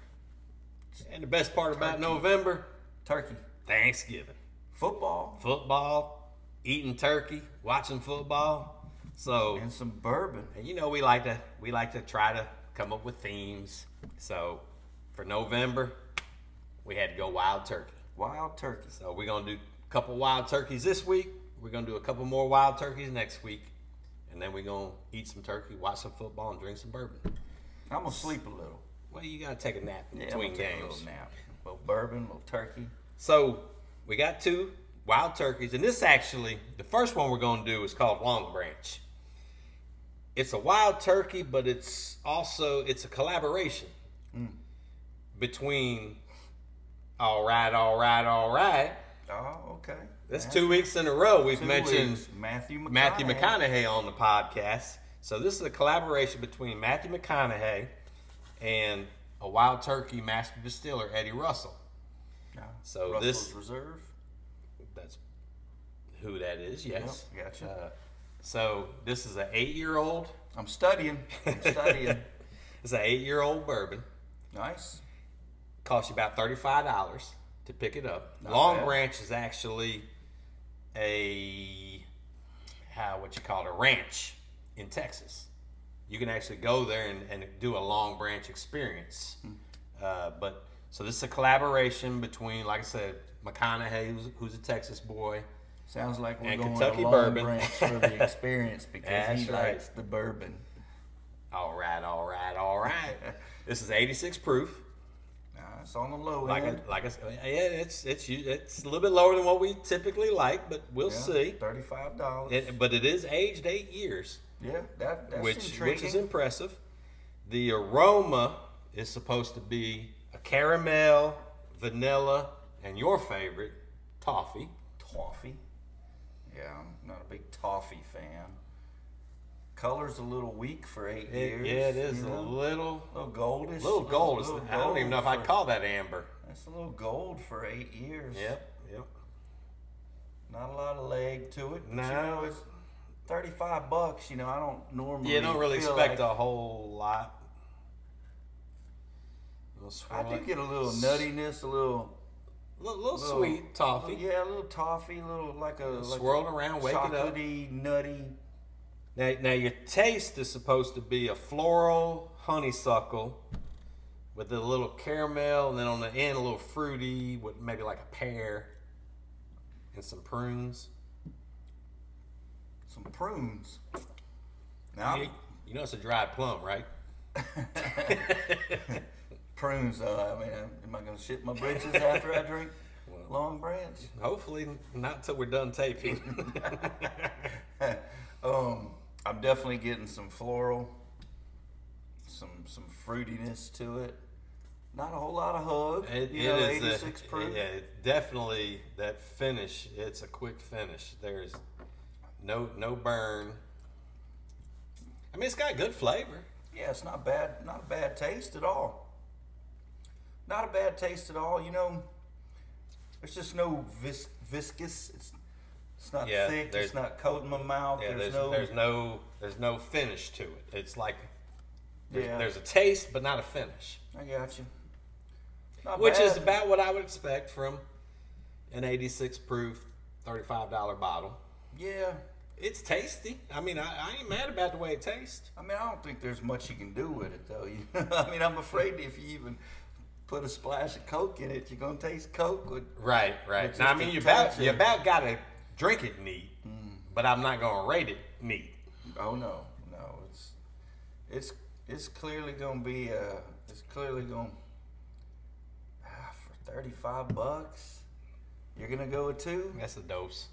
Speaker 2: And the best part about November,
Speaker 1: Turkey,
Speaker 2: Thanksgiving.
Speaker 1: football,
Speaker 2: Football, eating turkey, watching football. So
Speaker 1: and some bourbon.
Speaker 2: And you know we like to we like to try to come up with themes. So for November, we had to go wild turkey.
Speaker 1: Wild turkey.
Speaker 2: So we're gonna do a couple wild turkeys this week. We're gonna do a couple more wild turkeys next week, and then we're gonna eat some turkey, watch some football, and drink some bourbon.
Speaker 1: I'm gonna sleep a little.
Speaker 2: Well, you gotta take a nap in
Speaker 1: Yeah,
Speaker 2: between
Speaker 1: I'm gonna take A
Speaker 2: games.
Speaker 1: little nap. Little bourbon, little turkey.
Speaker 2: So we got two wild turkeys, and this actually the first one we're going to do is called Long Branch. It's a wild turkey, but it's also it's a collaboration
Speaker 1: Mm.
Speaker 2: between All Right, All Right, All Right.
Speaker 1: Oh, okay.
Speaker 2: That's
Speaker 1: Yeah.
Speaker 2: two weeks in a row we've
Speaker 1: Two
Speaker 2: mentioned
Speaker 1: weeks. Matthew McConaughey.
Speaker 2: Matthew McConaughey on the podcast. So this is a collaboration between Matthew McConaughey and a wild turkey master distiller Eddie Russell.
Speaker 1: Yeah.
Speaker 2: So
Speaker 1: Russell's
Speaker 2: this-
Speaker 1: Reserve.
Speaker 2: That's who that is. Yes.
Speaker 1: Yep, gotcha.
Speaker 2: Uh, so this is an eight-year-old.
Speaker 1: I'm studying. I'm
Speaker 2: (laughs)
Speaker 1: studying.
Speaker 2: It's an eight-year-old bourbon.
Speaker 1: nice.
Speaker 2: Costs you about thirty-five dollars to pick it up.
Speaker 1: Not
Speaker 2: Long
Speaker 1: bad.
Speaker 2: Branch is actually a how what you call it a ranch in Texas. You can actually go there and, and do a Long Branch experience.
Speaker 1: Hmm.
Speaker 2: Uh, but so this is a collaboration between, like I said, McConaughey, who's, who's a Texas boy,
Speaker 1: Sounds like we're
Speaker 2: And
Speaker 1: going to
Speaker 2: Kentucky
Speaker 1: Long
Speaker 2: bourbon.
Speaker 1: Branch for the
Speaker 2: (laughs)
Speaker 1: experience because he
Speaker 2: That's right.
Speaker 1: likes the bourbon.
Speaker 2: All right, all right, all right. this is 86 proof.
Speaker 1: Nah, it's on the low
Speaker 2: Like,
Speaker 1: end.
Speaker 2: I, like I s- yeah, it's it's u- it's a little bit lower than what we typically like, but we'll
Speaker 1: Yeah,
Speaker 2: see.
Speaker 1: Thirty-five dollars.
Speaker 2: It, but it is aged eight years,
Speaker 1: Yeah, that, that's
Speaker 2: which
Speaker 1: intriguing.
Speaker 2: which is impressive. The aroma is supposed to be a caramel, vanilla, and your favorite toffee.
Speaker 1: toffee. Yeah, I'm not a big toffee fan. Color's a little weak for eight
Speaker 2: It,
Speaker 1: years.
Speaker 2: yeah, it is
Speaker 1: you
Speaker 2: a
Speaker 1: know?
Speaker 2: little
Speaker 1: little goldish.
Speaker 2: little gold. It's- I don't even know if I'd
Speaker 1: for-
Speaker 2: call that amber.
Speaker 1: That's a little gold for eight years.
Speaker 2: Yep, yep.
Speaker 1: Not a lot of leg to it. but
Speaker 2: No.
Speaker 1: You know, it's thirty-five bucks. You know, I don't normally.
Speaker 2: You don't really
Speaker 1: feel
Speaker 2: expect
Speaker 1: like,
Speaker 2: a whole lot. Little
Speaker 1: I do
Speaker 2: swirly.
Speaker 1: get a little nuttiness, a little
Speaker 2: little, little sweet toffee.
Speaker 1: Yeah, a little toffee, a little like a like
Speaker 2: Swirled around, wake it up.
Speaker 1: chocolatey, nutty.
Speaker 2: Now, now your taste is supposed to be a floral honeysuckle with a little caramel, and then on the end a little fruity with maybe like a pear and some prunes.
Speaker 1: some prunes. Now
Speaker 2: You,
Speaker 1: I'm-
Speaker 2: you know it's a dried plum, right?
Speaker 1: prunes though. I mean, am am I gonna shit my
Speaker 2: (laughs)
Speaker 1: britches after I drink Long Branch? (laughs)
Speaker 2: Hopefully not till we're done (laughs) taping.
Speaker 1: Um, I'm definitely getting some floral, some some fruitiness to it. Not a whole lot of hug.
Speaker 2: It-
Speaker 1: you
Speaker 2: it
Speaker 1: know,
Speaker 2: is a-
Speaker 1: 86 proof.
Speaker 2: Yeah, it definitely that finish. It's a quick finish. There's no no burn. I mean, it's got good flavor.
Speaker 1: Yeah, it's not bad. Not a bad taste at all. Not a bad taste at all. You know, there's just no vis- viscous. It's it's not
Speaker 2: Yeah,
Speaker 1: thick.
Speaker 2: there's-
Speaker 1: It's not coating my mouth.
Speaker 2: Yeah,
Speaker 1: there's,
Speaker 2: there's,
Speaker 1: no.
Speaker 2: there's no there's no finish to it. It's like there's,
Speaker 1: yeah,
Speaker 2: there's a taste but not a finish,
Speaker 1: I got you. Not
Speaker 2: which is
Speaker 1: bad.
Speaker 2: about what I would expect from an 86 proof $35 bottle.
Speaker 1: Yeah,
Speaker 2: It's tasty. I mean, I, I ain't mad about the way it tastes.
Speaker 1: I mean, I don't think there's much you can do with it though. (laughs) You, I mean, I'm afraid if you even put a splash of coke in it, you're gonna taste coke. With,
Speaker 2: Right, right.
Speaker 1: It's
Speaker 2: Now, I
Speaker 1: just
Speaker 2: mean,
Speaker 1: a
Speaker 2: you about
Speaker 1: touch
Speaker 2: you
Speaker 1: of-
Speaker 2: about gotta drink it neat, but I'm not gonna rate it neat.
Speaker 1: oh no, no, it's it's it's clearly gonna be uh, it's clearly gonna ah, for 35 bucks. You're gonna go with two?
Speaker 2: That's a dose.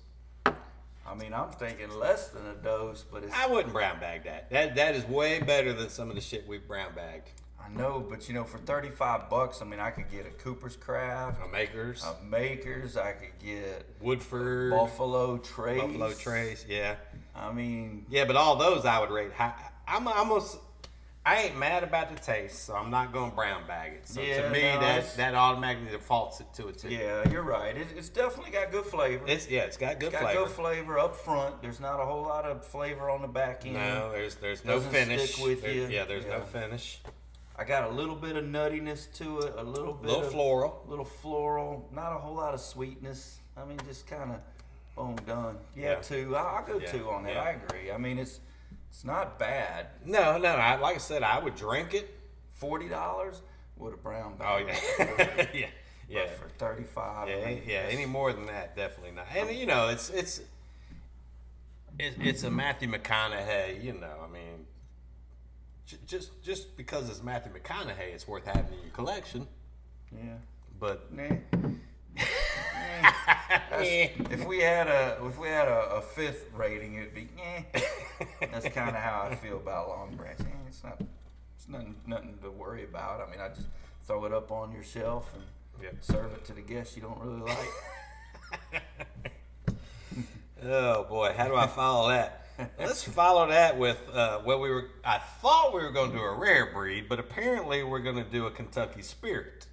Speaker 1: I mean, I'm thinking less than a dose, but it's
Speaker 2: I wouldn't brown bag that. That that is way better than some of the shit we brown bagged.
Speaker 1: I know, but you know, for 35 bucks, I mean, I could get a Cooper's Craft,
Speaker 2: Uh, Makers,
Speaker 1: a Maker's, I could get
Speaker 2: Woodford,
Speaker 1: Oh. Buffalo Trace.
Speaker 2: Buffalo Trace. Yeah,
Speaker 1: I mean,
Speaker 2: yeah. But all those I would rate high. I'm almost. I ain't mad about the taste, so I'm not gonna brown bag it. So
Speaker 1: Yeah,
Speaker 2: to me,
Speaker 1: no,
Speaker 2: that
Speaker 1: it's-
Speaker 2: that automatically defaults it to a two.
Speaker 1: yeah, you're right. It, it's definitely got good flavor.
Speaker 2: It's yeah, it's got good
Speaker 1: got
Speaker 2: flavor.
Speaker 1: good flavor up front. There's not a whole lot of flavor on the back end.
Speaker 2: no, there's there's no
Speaker 1: Doesn't
Speaker 2: finish.
Speaker 1: stick with
Speaker 2: There-
Speaker 1: you.
Speaker 2: Yeah, there's no
Speaker 1: Yeah.
Speaker 2: finish.
Speaker 1: I got a little bit of nuttiness to it, a little bit
Speaker 2: little
Speaker 1: of
Speaker 2: floral.
Speaker 1: little floral, not a whole lot of sweetness. I mean, just kind of boom done. Yeah,
Speaker 2: Yeah.
Speaker 1: two. I, I'll go
Speaker 2: Yeah,
Speaker 1: two on that.
Speaker 2: yeah.
Speaker 1: I agree. I mean, it's it's not bad.
Speaker 2: No, no, no. I, like I said, I would drink it.
Speaker 1: Forty dollars with a brown
Speaker 2: Oh
Speaker 1: bag.
Speaker 2: yeah, yeah, (laughs) yeah,
Speaker 1: But for thirty five.
Speaker 2: yeah, any- yeah. Any more than that, definitely not. And you know, it's it's it's, it's a Matthew McConaughey. You know, I mean, j- just just because it's Matthew McConaughey, it's worth having in your collection.
Speaker 1: Yeah.
Speaker 2: But
Speaker 1: Nah. Nah. That's- if we had a if we had a, a fifth rating, it'd be eh. That's kind of how I feel about Long Branch. Eh, it's not it's nothing nothing to worry about. I mean, I just throw it up on your shelf and
Speaker 2: Yep.
Speaker 1: serve it to the guests you don't really like.
Speaker 2: Oh boy, how do I follow (laughs) that? Let's follow that with uh, what we were. I thought we were going to do a rare breed, but apparently we're going to do a Kentucky Spirit.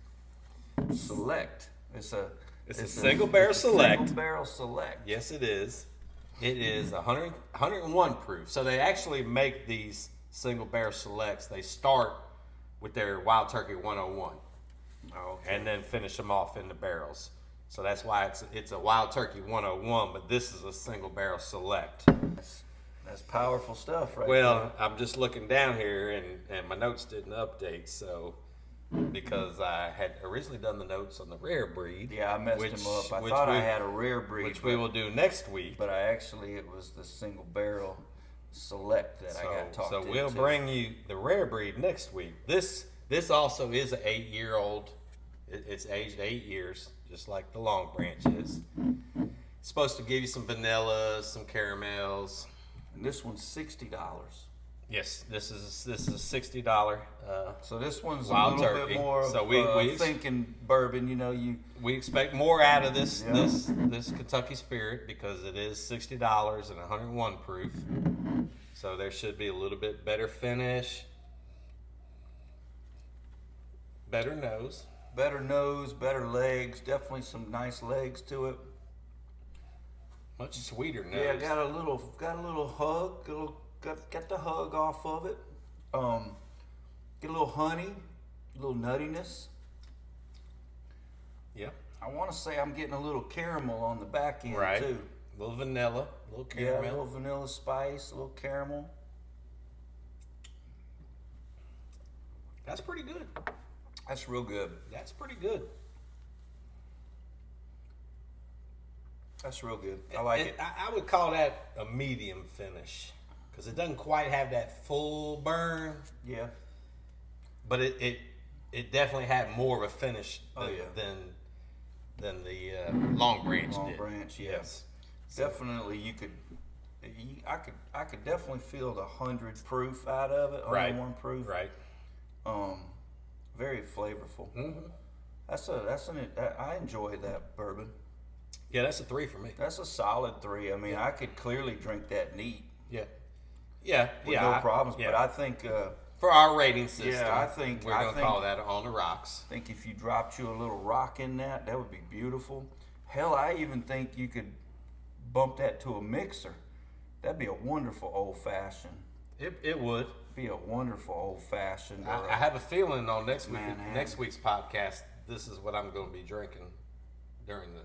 Speaker 1: Select. It's a
Speaker 2: It's a single barrel
Speaker 1: it's a
Speaker 2: select.
Speaker 1: Single barrel select.
Speaker 2: Yes, it is. It is 100, 101 proof. So they actually make these single barrel selects. They start with their Wild Turkey 101
Speaker 1: Oh, okay.
Speaker 2: and then finish them off in the barrels. So that's why it's it's a Wild Turkey 101, but this is a single barrel select.
Speaker 1: That's, that's powerful stuff, right?
Speaker 2: Well, I'm just looking down here, and, and my notes didn't update, so because I had originally done the notes on the rare breed.
Speaker 1: there. yeah, I messed
Speaker 2: which-
Speaker 1: him up. I
Speaker 2: which
Speaker 1: thought I
Speaker 2: we-
Speaker 1: had a rare breed,
Speaker 2: which we
Speaker 1: but-
Speaker 2: will do next week.
Speaker 1: but I actually it was the single barrel select that I
Speaker 2: So,
Speaker 1: got talked
Speaker 2: so
Speaker 1: into.
Speaker 2: we'll bring you the rare breed next week. This this also is an eight year old. It, it's aged eight years, just like the Long Branch is. It's supposed to give you some vanilla, some caramels.
Speaker 1: And this one's sixty dollars.
Speaker 2: Yes, this is this is a sixty dollar. Uh,
Speaker 1: So this one's
Speaker 2: Wild
Speaker 1: a little
Speaker 2: turkey.
Speaker 1: bit more
Speaker 2: So
Speaker 1: of
Speaker 2: we-
Speaker 1: uh,
Speaker 2: we-
Speaker 1: thinking bourbon. You know, you
Speaker 2: we expect more out of this
Speaker 1: Yeah.
Speaker 2: this this Kentucky Spirit because it is sixty dollars and one hundred one proof. So there should be a little bit better finish, better nose.
Speaker 1: better nose, better legs. Definitely some nice legs to it.
Speaker 2: Much sweeter nose.
Speaker 1: Yeah, got a little got a little hug. A little, got got the hug off of it. Um, get a little honey, a little nuttiness.
Speaker 2: Yep.
Speaker 1: I want to say I'm getting a little caramel on the back end
Speaker 2: Right.
Speaker 1: too.
Speaker 2: A little vanilla, a little
Speaker 1: Yeah, a
Speaker 2: caramel.
Speaker 1: little vanilla spice, a little caramel.
Speaker 2: That's pretty good.
Speaker 1: That's real good.
Speaker 2: That's pretty good.
Speaker 1: That's real good. I like it.
Speaker 2: I, I would call that a medium finish because it doesn't quite have that full burn,
Speaker 1: Yeah.
Speaker 2: but it it, it definitely had more of a finish
Speaker 1: Oh,
Speaker 2: than
Speaker 1: yeah.
Speaker 2: than, than the uh, long branch
Speaker 1: Long
Speaker 2: did.
Speaker 1: branch, yeah. Definitely, you could. you- I could. I could definitely feel the hundred proof out of it.
Speaker 2: Right.
Speaker 1: 101 proof.
Speaker 2: Right.
Speaker 1: Um, very flavorful. Mm-hmm. That's a. That's an. that- I enjoyed that bourbon.
Speaker 2: Yeah, that's a three for me.
Speaker 1: That's a solid three. I mean, I could clearly drink that neat
Speaker 2: Yeah. Yeah.
Speaker 1: with
Speaker 2: yeah.
Speaker 1: no
Speaker 2: I-
Speaker 1: problems.
Speaker 2: yeah.
Speaker 1: But I think. Uh,
Speaker 2: for our rating system,
Speaker 1: I think-
Speaker 2: we're
Speaker 1: I
Speaker 2: gonna
Speaker 1: think-
Speaker 2: call that on the rocks.
Speaker 1: think if you dropped you a little rock in that, that would be beautiful. Hell, I even think you could bump that to a mixer. That'd be a wonderful old fashioned.
Speaker 2: It, it would.
Speaker 1: Be a wonderful old fashioned.
Speaker 2: I, I have a feeling on next week
Speaker 1: Manhattan.
Speaker 2: next week's podcast, this is what I'm going to be drinking during the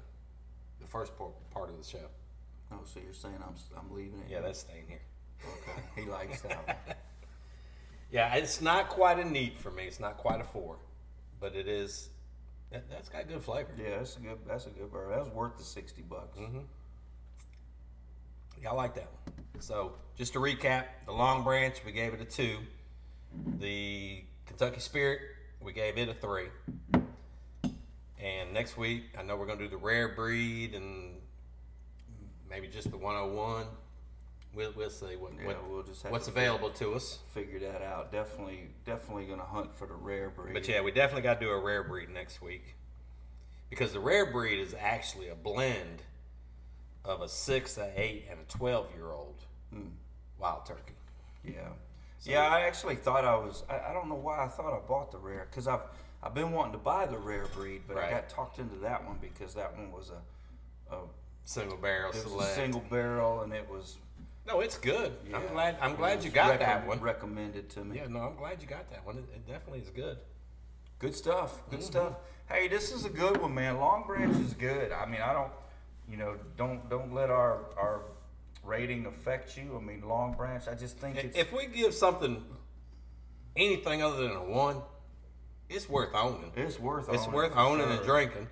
Speaker 2: the first part, part of the show.
Speaker 1: Oh, so you're saying I'm I'm leaving it?
Speaker 2: Yeah, that's staying here.
Speaker 1: okay. He likes that. one.
Speaker 2: (laughs) Yeah, it's not quite a neat for me. It's not quite a four, but it is. That, that's got good flavor.
Speaker 1: Yeah, that's a good. That's a good bourbon. That was worth the sixty bucks.
Speaker 2: Mm-hmm. Yeah, I like that one. So, just to recap, the Long Branch, we gave it a two. The Kentucky Spirit, we gave it a three. And next week, I know we're going to do the Rare Breed and maybe just the 101. We'll, we'll see what,
Speaker 1: Yeah,
Speaker 2: what-
Speaker 1: we'll just have
Speaker 2: what's
Speaker 1: to
Speaker 2: available to us.
Speaker 1: Figure that out. Definitely, definitely gonna hunt for the rare breed.
Speaker 2: But yeah, we definitely got to do a Rare Breed next week. Because the Rare Breed is actually a blend of a six, a eight, and a 12 year old
Speaker 1: Hmm.
Speaker 2: wild turkey.
Speaker 1: Yeah. yeah, I actually thought I was. I, I don't know why I thought I bought the rare because I've I've been wanting to buy the rare breed, but
Speaker 2: Right.
Speaker 1: I got talked into that one because that one was a, a
Speaker 2: single barrel
Speaker 1: it was a
Speaker 2: select.
Speaker 1: single barrel and it was.
Speaker 2: no, it's good. I'm
Speaker 1: yeah,
Speaker 2: glad. I'm
Speaker 1: it
Speaker 2: glad
Speaker 1: was
Speaker 2: you got
Speaker 1: recom-
Speaker 2: that one.
Speaker 1: recommended to me.
Speaker 2: Yeah, no, I'm glad you got that one. It, it definitely is good.
Speaker 1: Good stuff. Good
Speaker 2: Mm-hmm.
Speaker 1: stuff. Hey, this is a good one, man. Long Branch is good. I mean, I don't, you know, don't don't let our our rating affect you. I mean, Long Branch. I just think it's
Speaker 2: If we give something anything other than a one, it's worth owning.
Speaker 1: it's worth
Speaker 2: It's
Speaker 1: owning
Speaker 2: worth
Speaker 1: for
Speaker 2: owning
Speaker 1: sure.
Speaker 2: and drinking.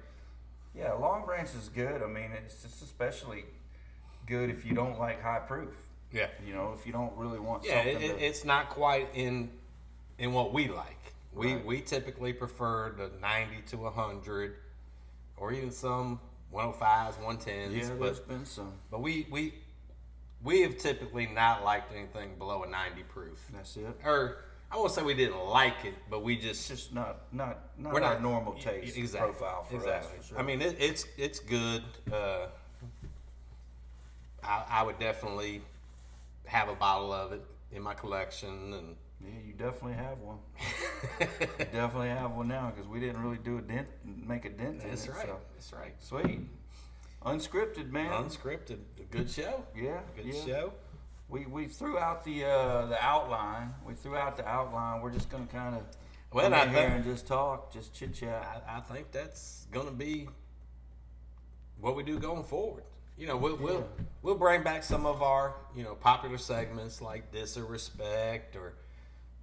Speaker 1: Yeah, Long Branch is good. I mean, it's just especially good if you don't like high proof.
Speaker 2: Yeah,
Speaker 1: You know, if you don't really want
Speaker 2: yeah.
Speaker 1: something.
Speaker 2: It, it,
Speaker 1: to,
Speaker 2: it's not quite in in what we like. We
Speaker 1: Right.
Speaker 2: we typically prefer the 90 to 100, or even some 105s, 110s.
Speaker 1: yeah,
Speaker 2: but
Speaker 1: there's been some.
Speaker 2: but we we we have typically not liked anything below a 90 proof.
Speaker 1: That's it.
Speaker 2: or I won't say we didn't like it, but we just
Speaker 1: It's just not not not
Speaker 2: we're
Speaker 1: our
Speaker 2: not
Speaker 1: normal
Speaker 2: y-
Speaker 1: taste
Speaker 2: y-
Speaker 1: profile for
Speaker 2: exactly.
Speaker 1: us. For sure.
Speaker 2: I mean, it, it's it's good. Uh, I, I would definitely have a bottle of it in my collection, and
Speaker 1: Yeah, you definitely have
Speaker 2: (laughs)
Speaker 1: one. you definitely have one now because we didn't really do a dent, make a dent in
Speaker 2: that's
Speaker 1: it.
Speaker 2: right,
Speaker 1: so.
Speaker 2: that's right.
Speaker 1: Sweet, unscripted man.
Speaker 2: Unscripted, a good show,
Speaker 1: yeah,
Speaker 2: good
Speaker 1: yeah.
Speaker 2: show.
Speaker 1: We we threw out the uh, the outline. We threw out the outline. We're just gonna kind of
Speaker 2: Well,
Speaker 1: come
Speaker 2: I
Speaker 1: in here
Speaker 2: think-
Speaker 1: and just talk, just chit chat.
Speaker 2: I, I think that's gonna be what we do going forward. You know, we'll we'll, we'll bring back some of our you know popular segments like this or respect or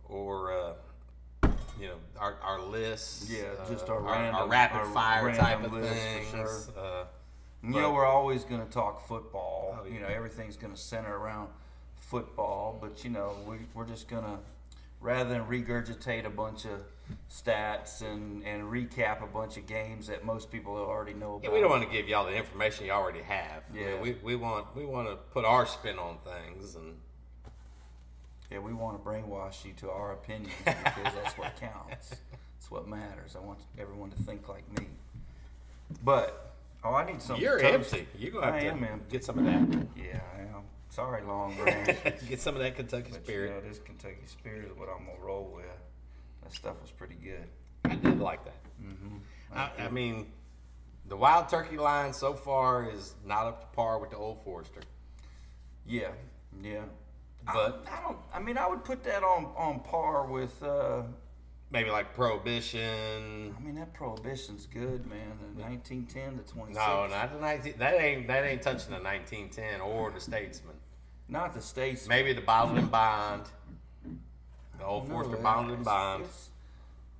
Speaker 2: or uh, you know our our lists.
Speaker 1: Yeah,
Speaker 2: uh,
Speaker 1: just our
Speaker 2: our
Speaker 1: random-
Speaker 2: rapid
Speaker 1: our
Speaker 2: fire
Speaker 1: random
Speaker 2: type of
Speaker 1: lists
Speaker 2: things.
Speaker 1: for
Speaker 2: Uh,
Speaker 1: You know, we're always going to talk football.
Speaker 2: Oh,
Speaker 1: You
Speaker 2: yeah.
Speaker 1: know, everything's going to center around football. But you know, we, we're just going to rather than regurgitate a bunch of stats and and recap a bunch of games that most people already know about.
Speaker 2: yeah, we don't want to give y'all the information you already have. I mean,
Speaker 1: Yeah.
Speaker 2: we we want we want to put our spin on things and.
Speaker 1: Yeah, we want to brainwash you to our opinions
Speaker 2: (laughs)
Speaker 1: because that's what counts. It's what matters. I want everyone to think like me. But oh, I need something.
Speaker 2: You're
Speaker 1: to toast.
Speaker 2: empty. You're gonna have
Speaker 1: I
Speaker 2: to
Speaker 1: am empty.
Speaker 2: get some of that. (laughs)
Speaker 1: Yeah, I am. Sorry, long range.
Speaker 2: get some of that Kentucky
Speaker 1: But
Speaker 2: spirit.
Speaker 1: you know, this Kentucky Spirit is what I'm gonna roll with. That stuff was pretty good.
Speaker 2: I did like that.
Speaker 1: Mm-hmm.
Speaker 2: I, I mean, the wild turkey line so far is not up to par with the old Forester.
Speaker 1: Yeah, yeah.
Speaker 2: But
Speaker 1: I don't. I mean, I would put that on on par with uh,
Speaker 2: maybe like Prohibition.
Speaker 1: I mean, that prohibition's good, man. The 1910 to 26.
Speaker 2: No, not the nineteen. That ain't that ain't touching the nineteen ten or the Statesman.
Speaker 1: Not the states.
Speaker 2: Maybe the Bottled and Bond. The old
Speaker 1: No,
Speaker 2: Forster
Speaker 1: it-
Speaker 2: Bottled and
Speaker 1: it's-
Speaker 2: Bond.
Speaker 1: it's-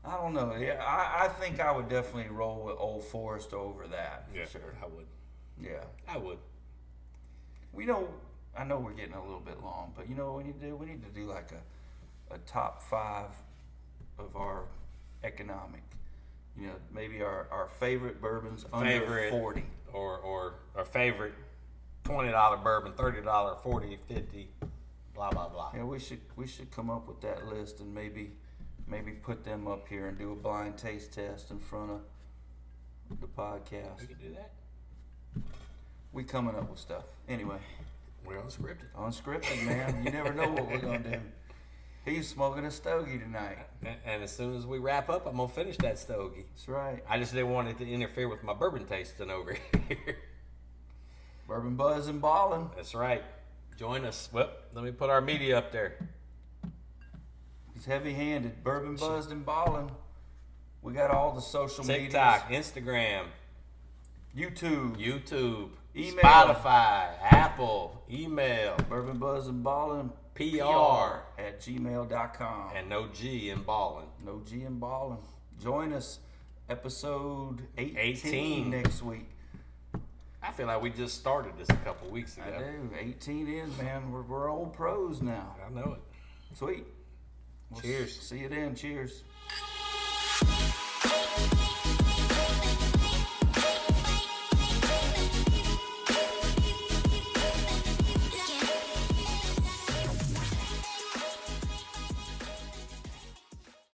Speaker 1: I don't know. Yeah, I, I think I would definitely roll with Old Forest over that.
Speaker 2: Yeah, sure. I would.
Speaker 1: Yeah.
Speaker 2: I would.
Speaker 1: We know. I know we're getting a little bit long, but you know what we need to do? We need to do like a, a top five of our economic. You know, maybe our, our favorite bourbons
Speaker 2: Favorite.
Speaker 1: under 40.
Speaker 2: Or or our favorite twenty dollar bourbon, thirty dollar, forty, fifty, blah blah blah.
Speaker 1: Yeah, we should we should come up with that list and maybe maybe put them up here and do a blind taste test in front of the podcast.
Speaker 2: We can do that.
Speaker 1: We coming up with stuff. Anyway,
Speaker 2: We're unscripted.
Speaker 1: unscripted, man. You never know what we're gonna do. He's smoking a stogie tonight.
Speaker 2: And, and as soon as we wrap up, I'm gonna finish that stogie.
Speaker 1: That's right.
Speaker 2: I just didn't want it to interfere with my bourbon tasting over (laughs) here.
Speaker 1: Bourbon buzz and ballin'.
Speaker 2: That's right. Join us. Well, let me put our media up there.
Speaker 1: He's heavy-handed. Bourbon buzzed and ballin'. We got all the social media,
Speaker 2: TikTok, Instagram,
Speaker 1: YouTube,
Speaker 2: YouTube,
Speaker 1: Email.
Speaker 2: Spotify, Apple, email,
Speaker 1: Bourbon Buzz and Ballin'
Speaker 2: PR,
Speaker 1: at gmail.com.
Speaker 2: and no G in ballin'.
Speaker 1: No G and ballin'. Join us episode 18,
Speaker 2: 18.
Speaker 1: next week.
Speaker 2: I feel like we just started this a couple weeks
Speaker 1: I
Speaker 2: ago.
Speaker 1: do. 18 is, man. We're, we're old pros now.
Speaker 2: I know it.
Speaker 1: Sweet. We'll s-
Speaker 2: Cheers.
Speaker 1: See you then. Cheers.
Speaker 5: Thank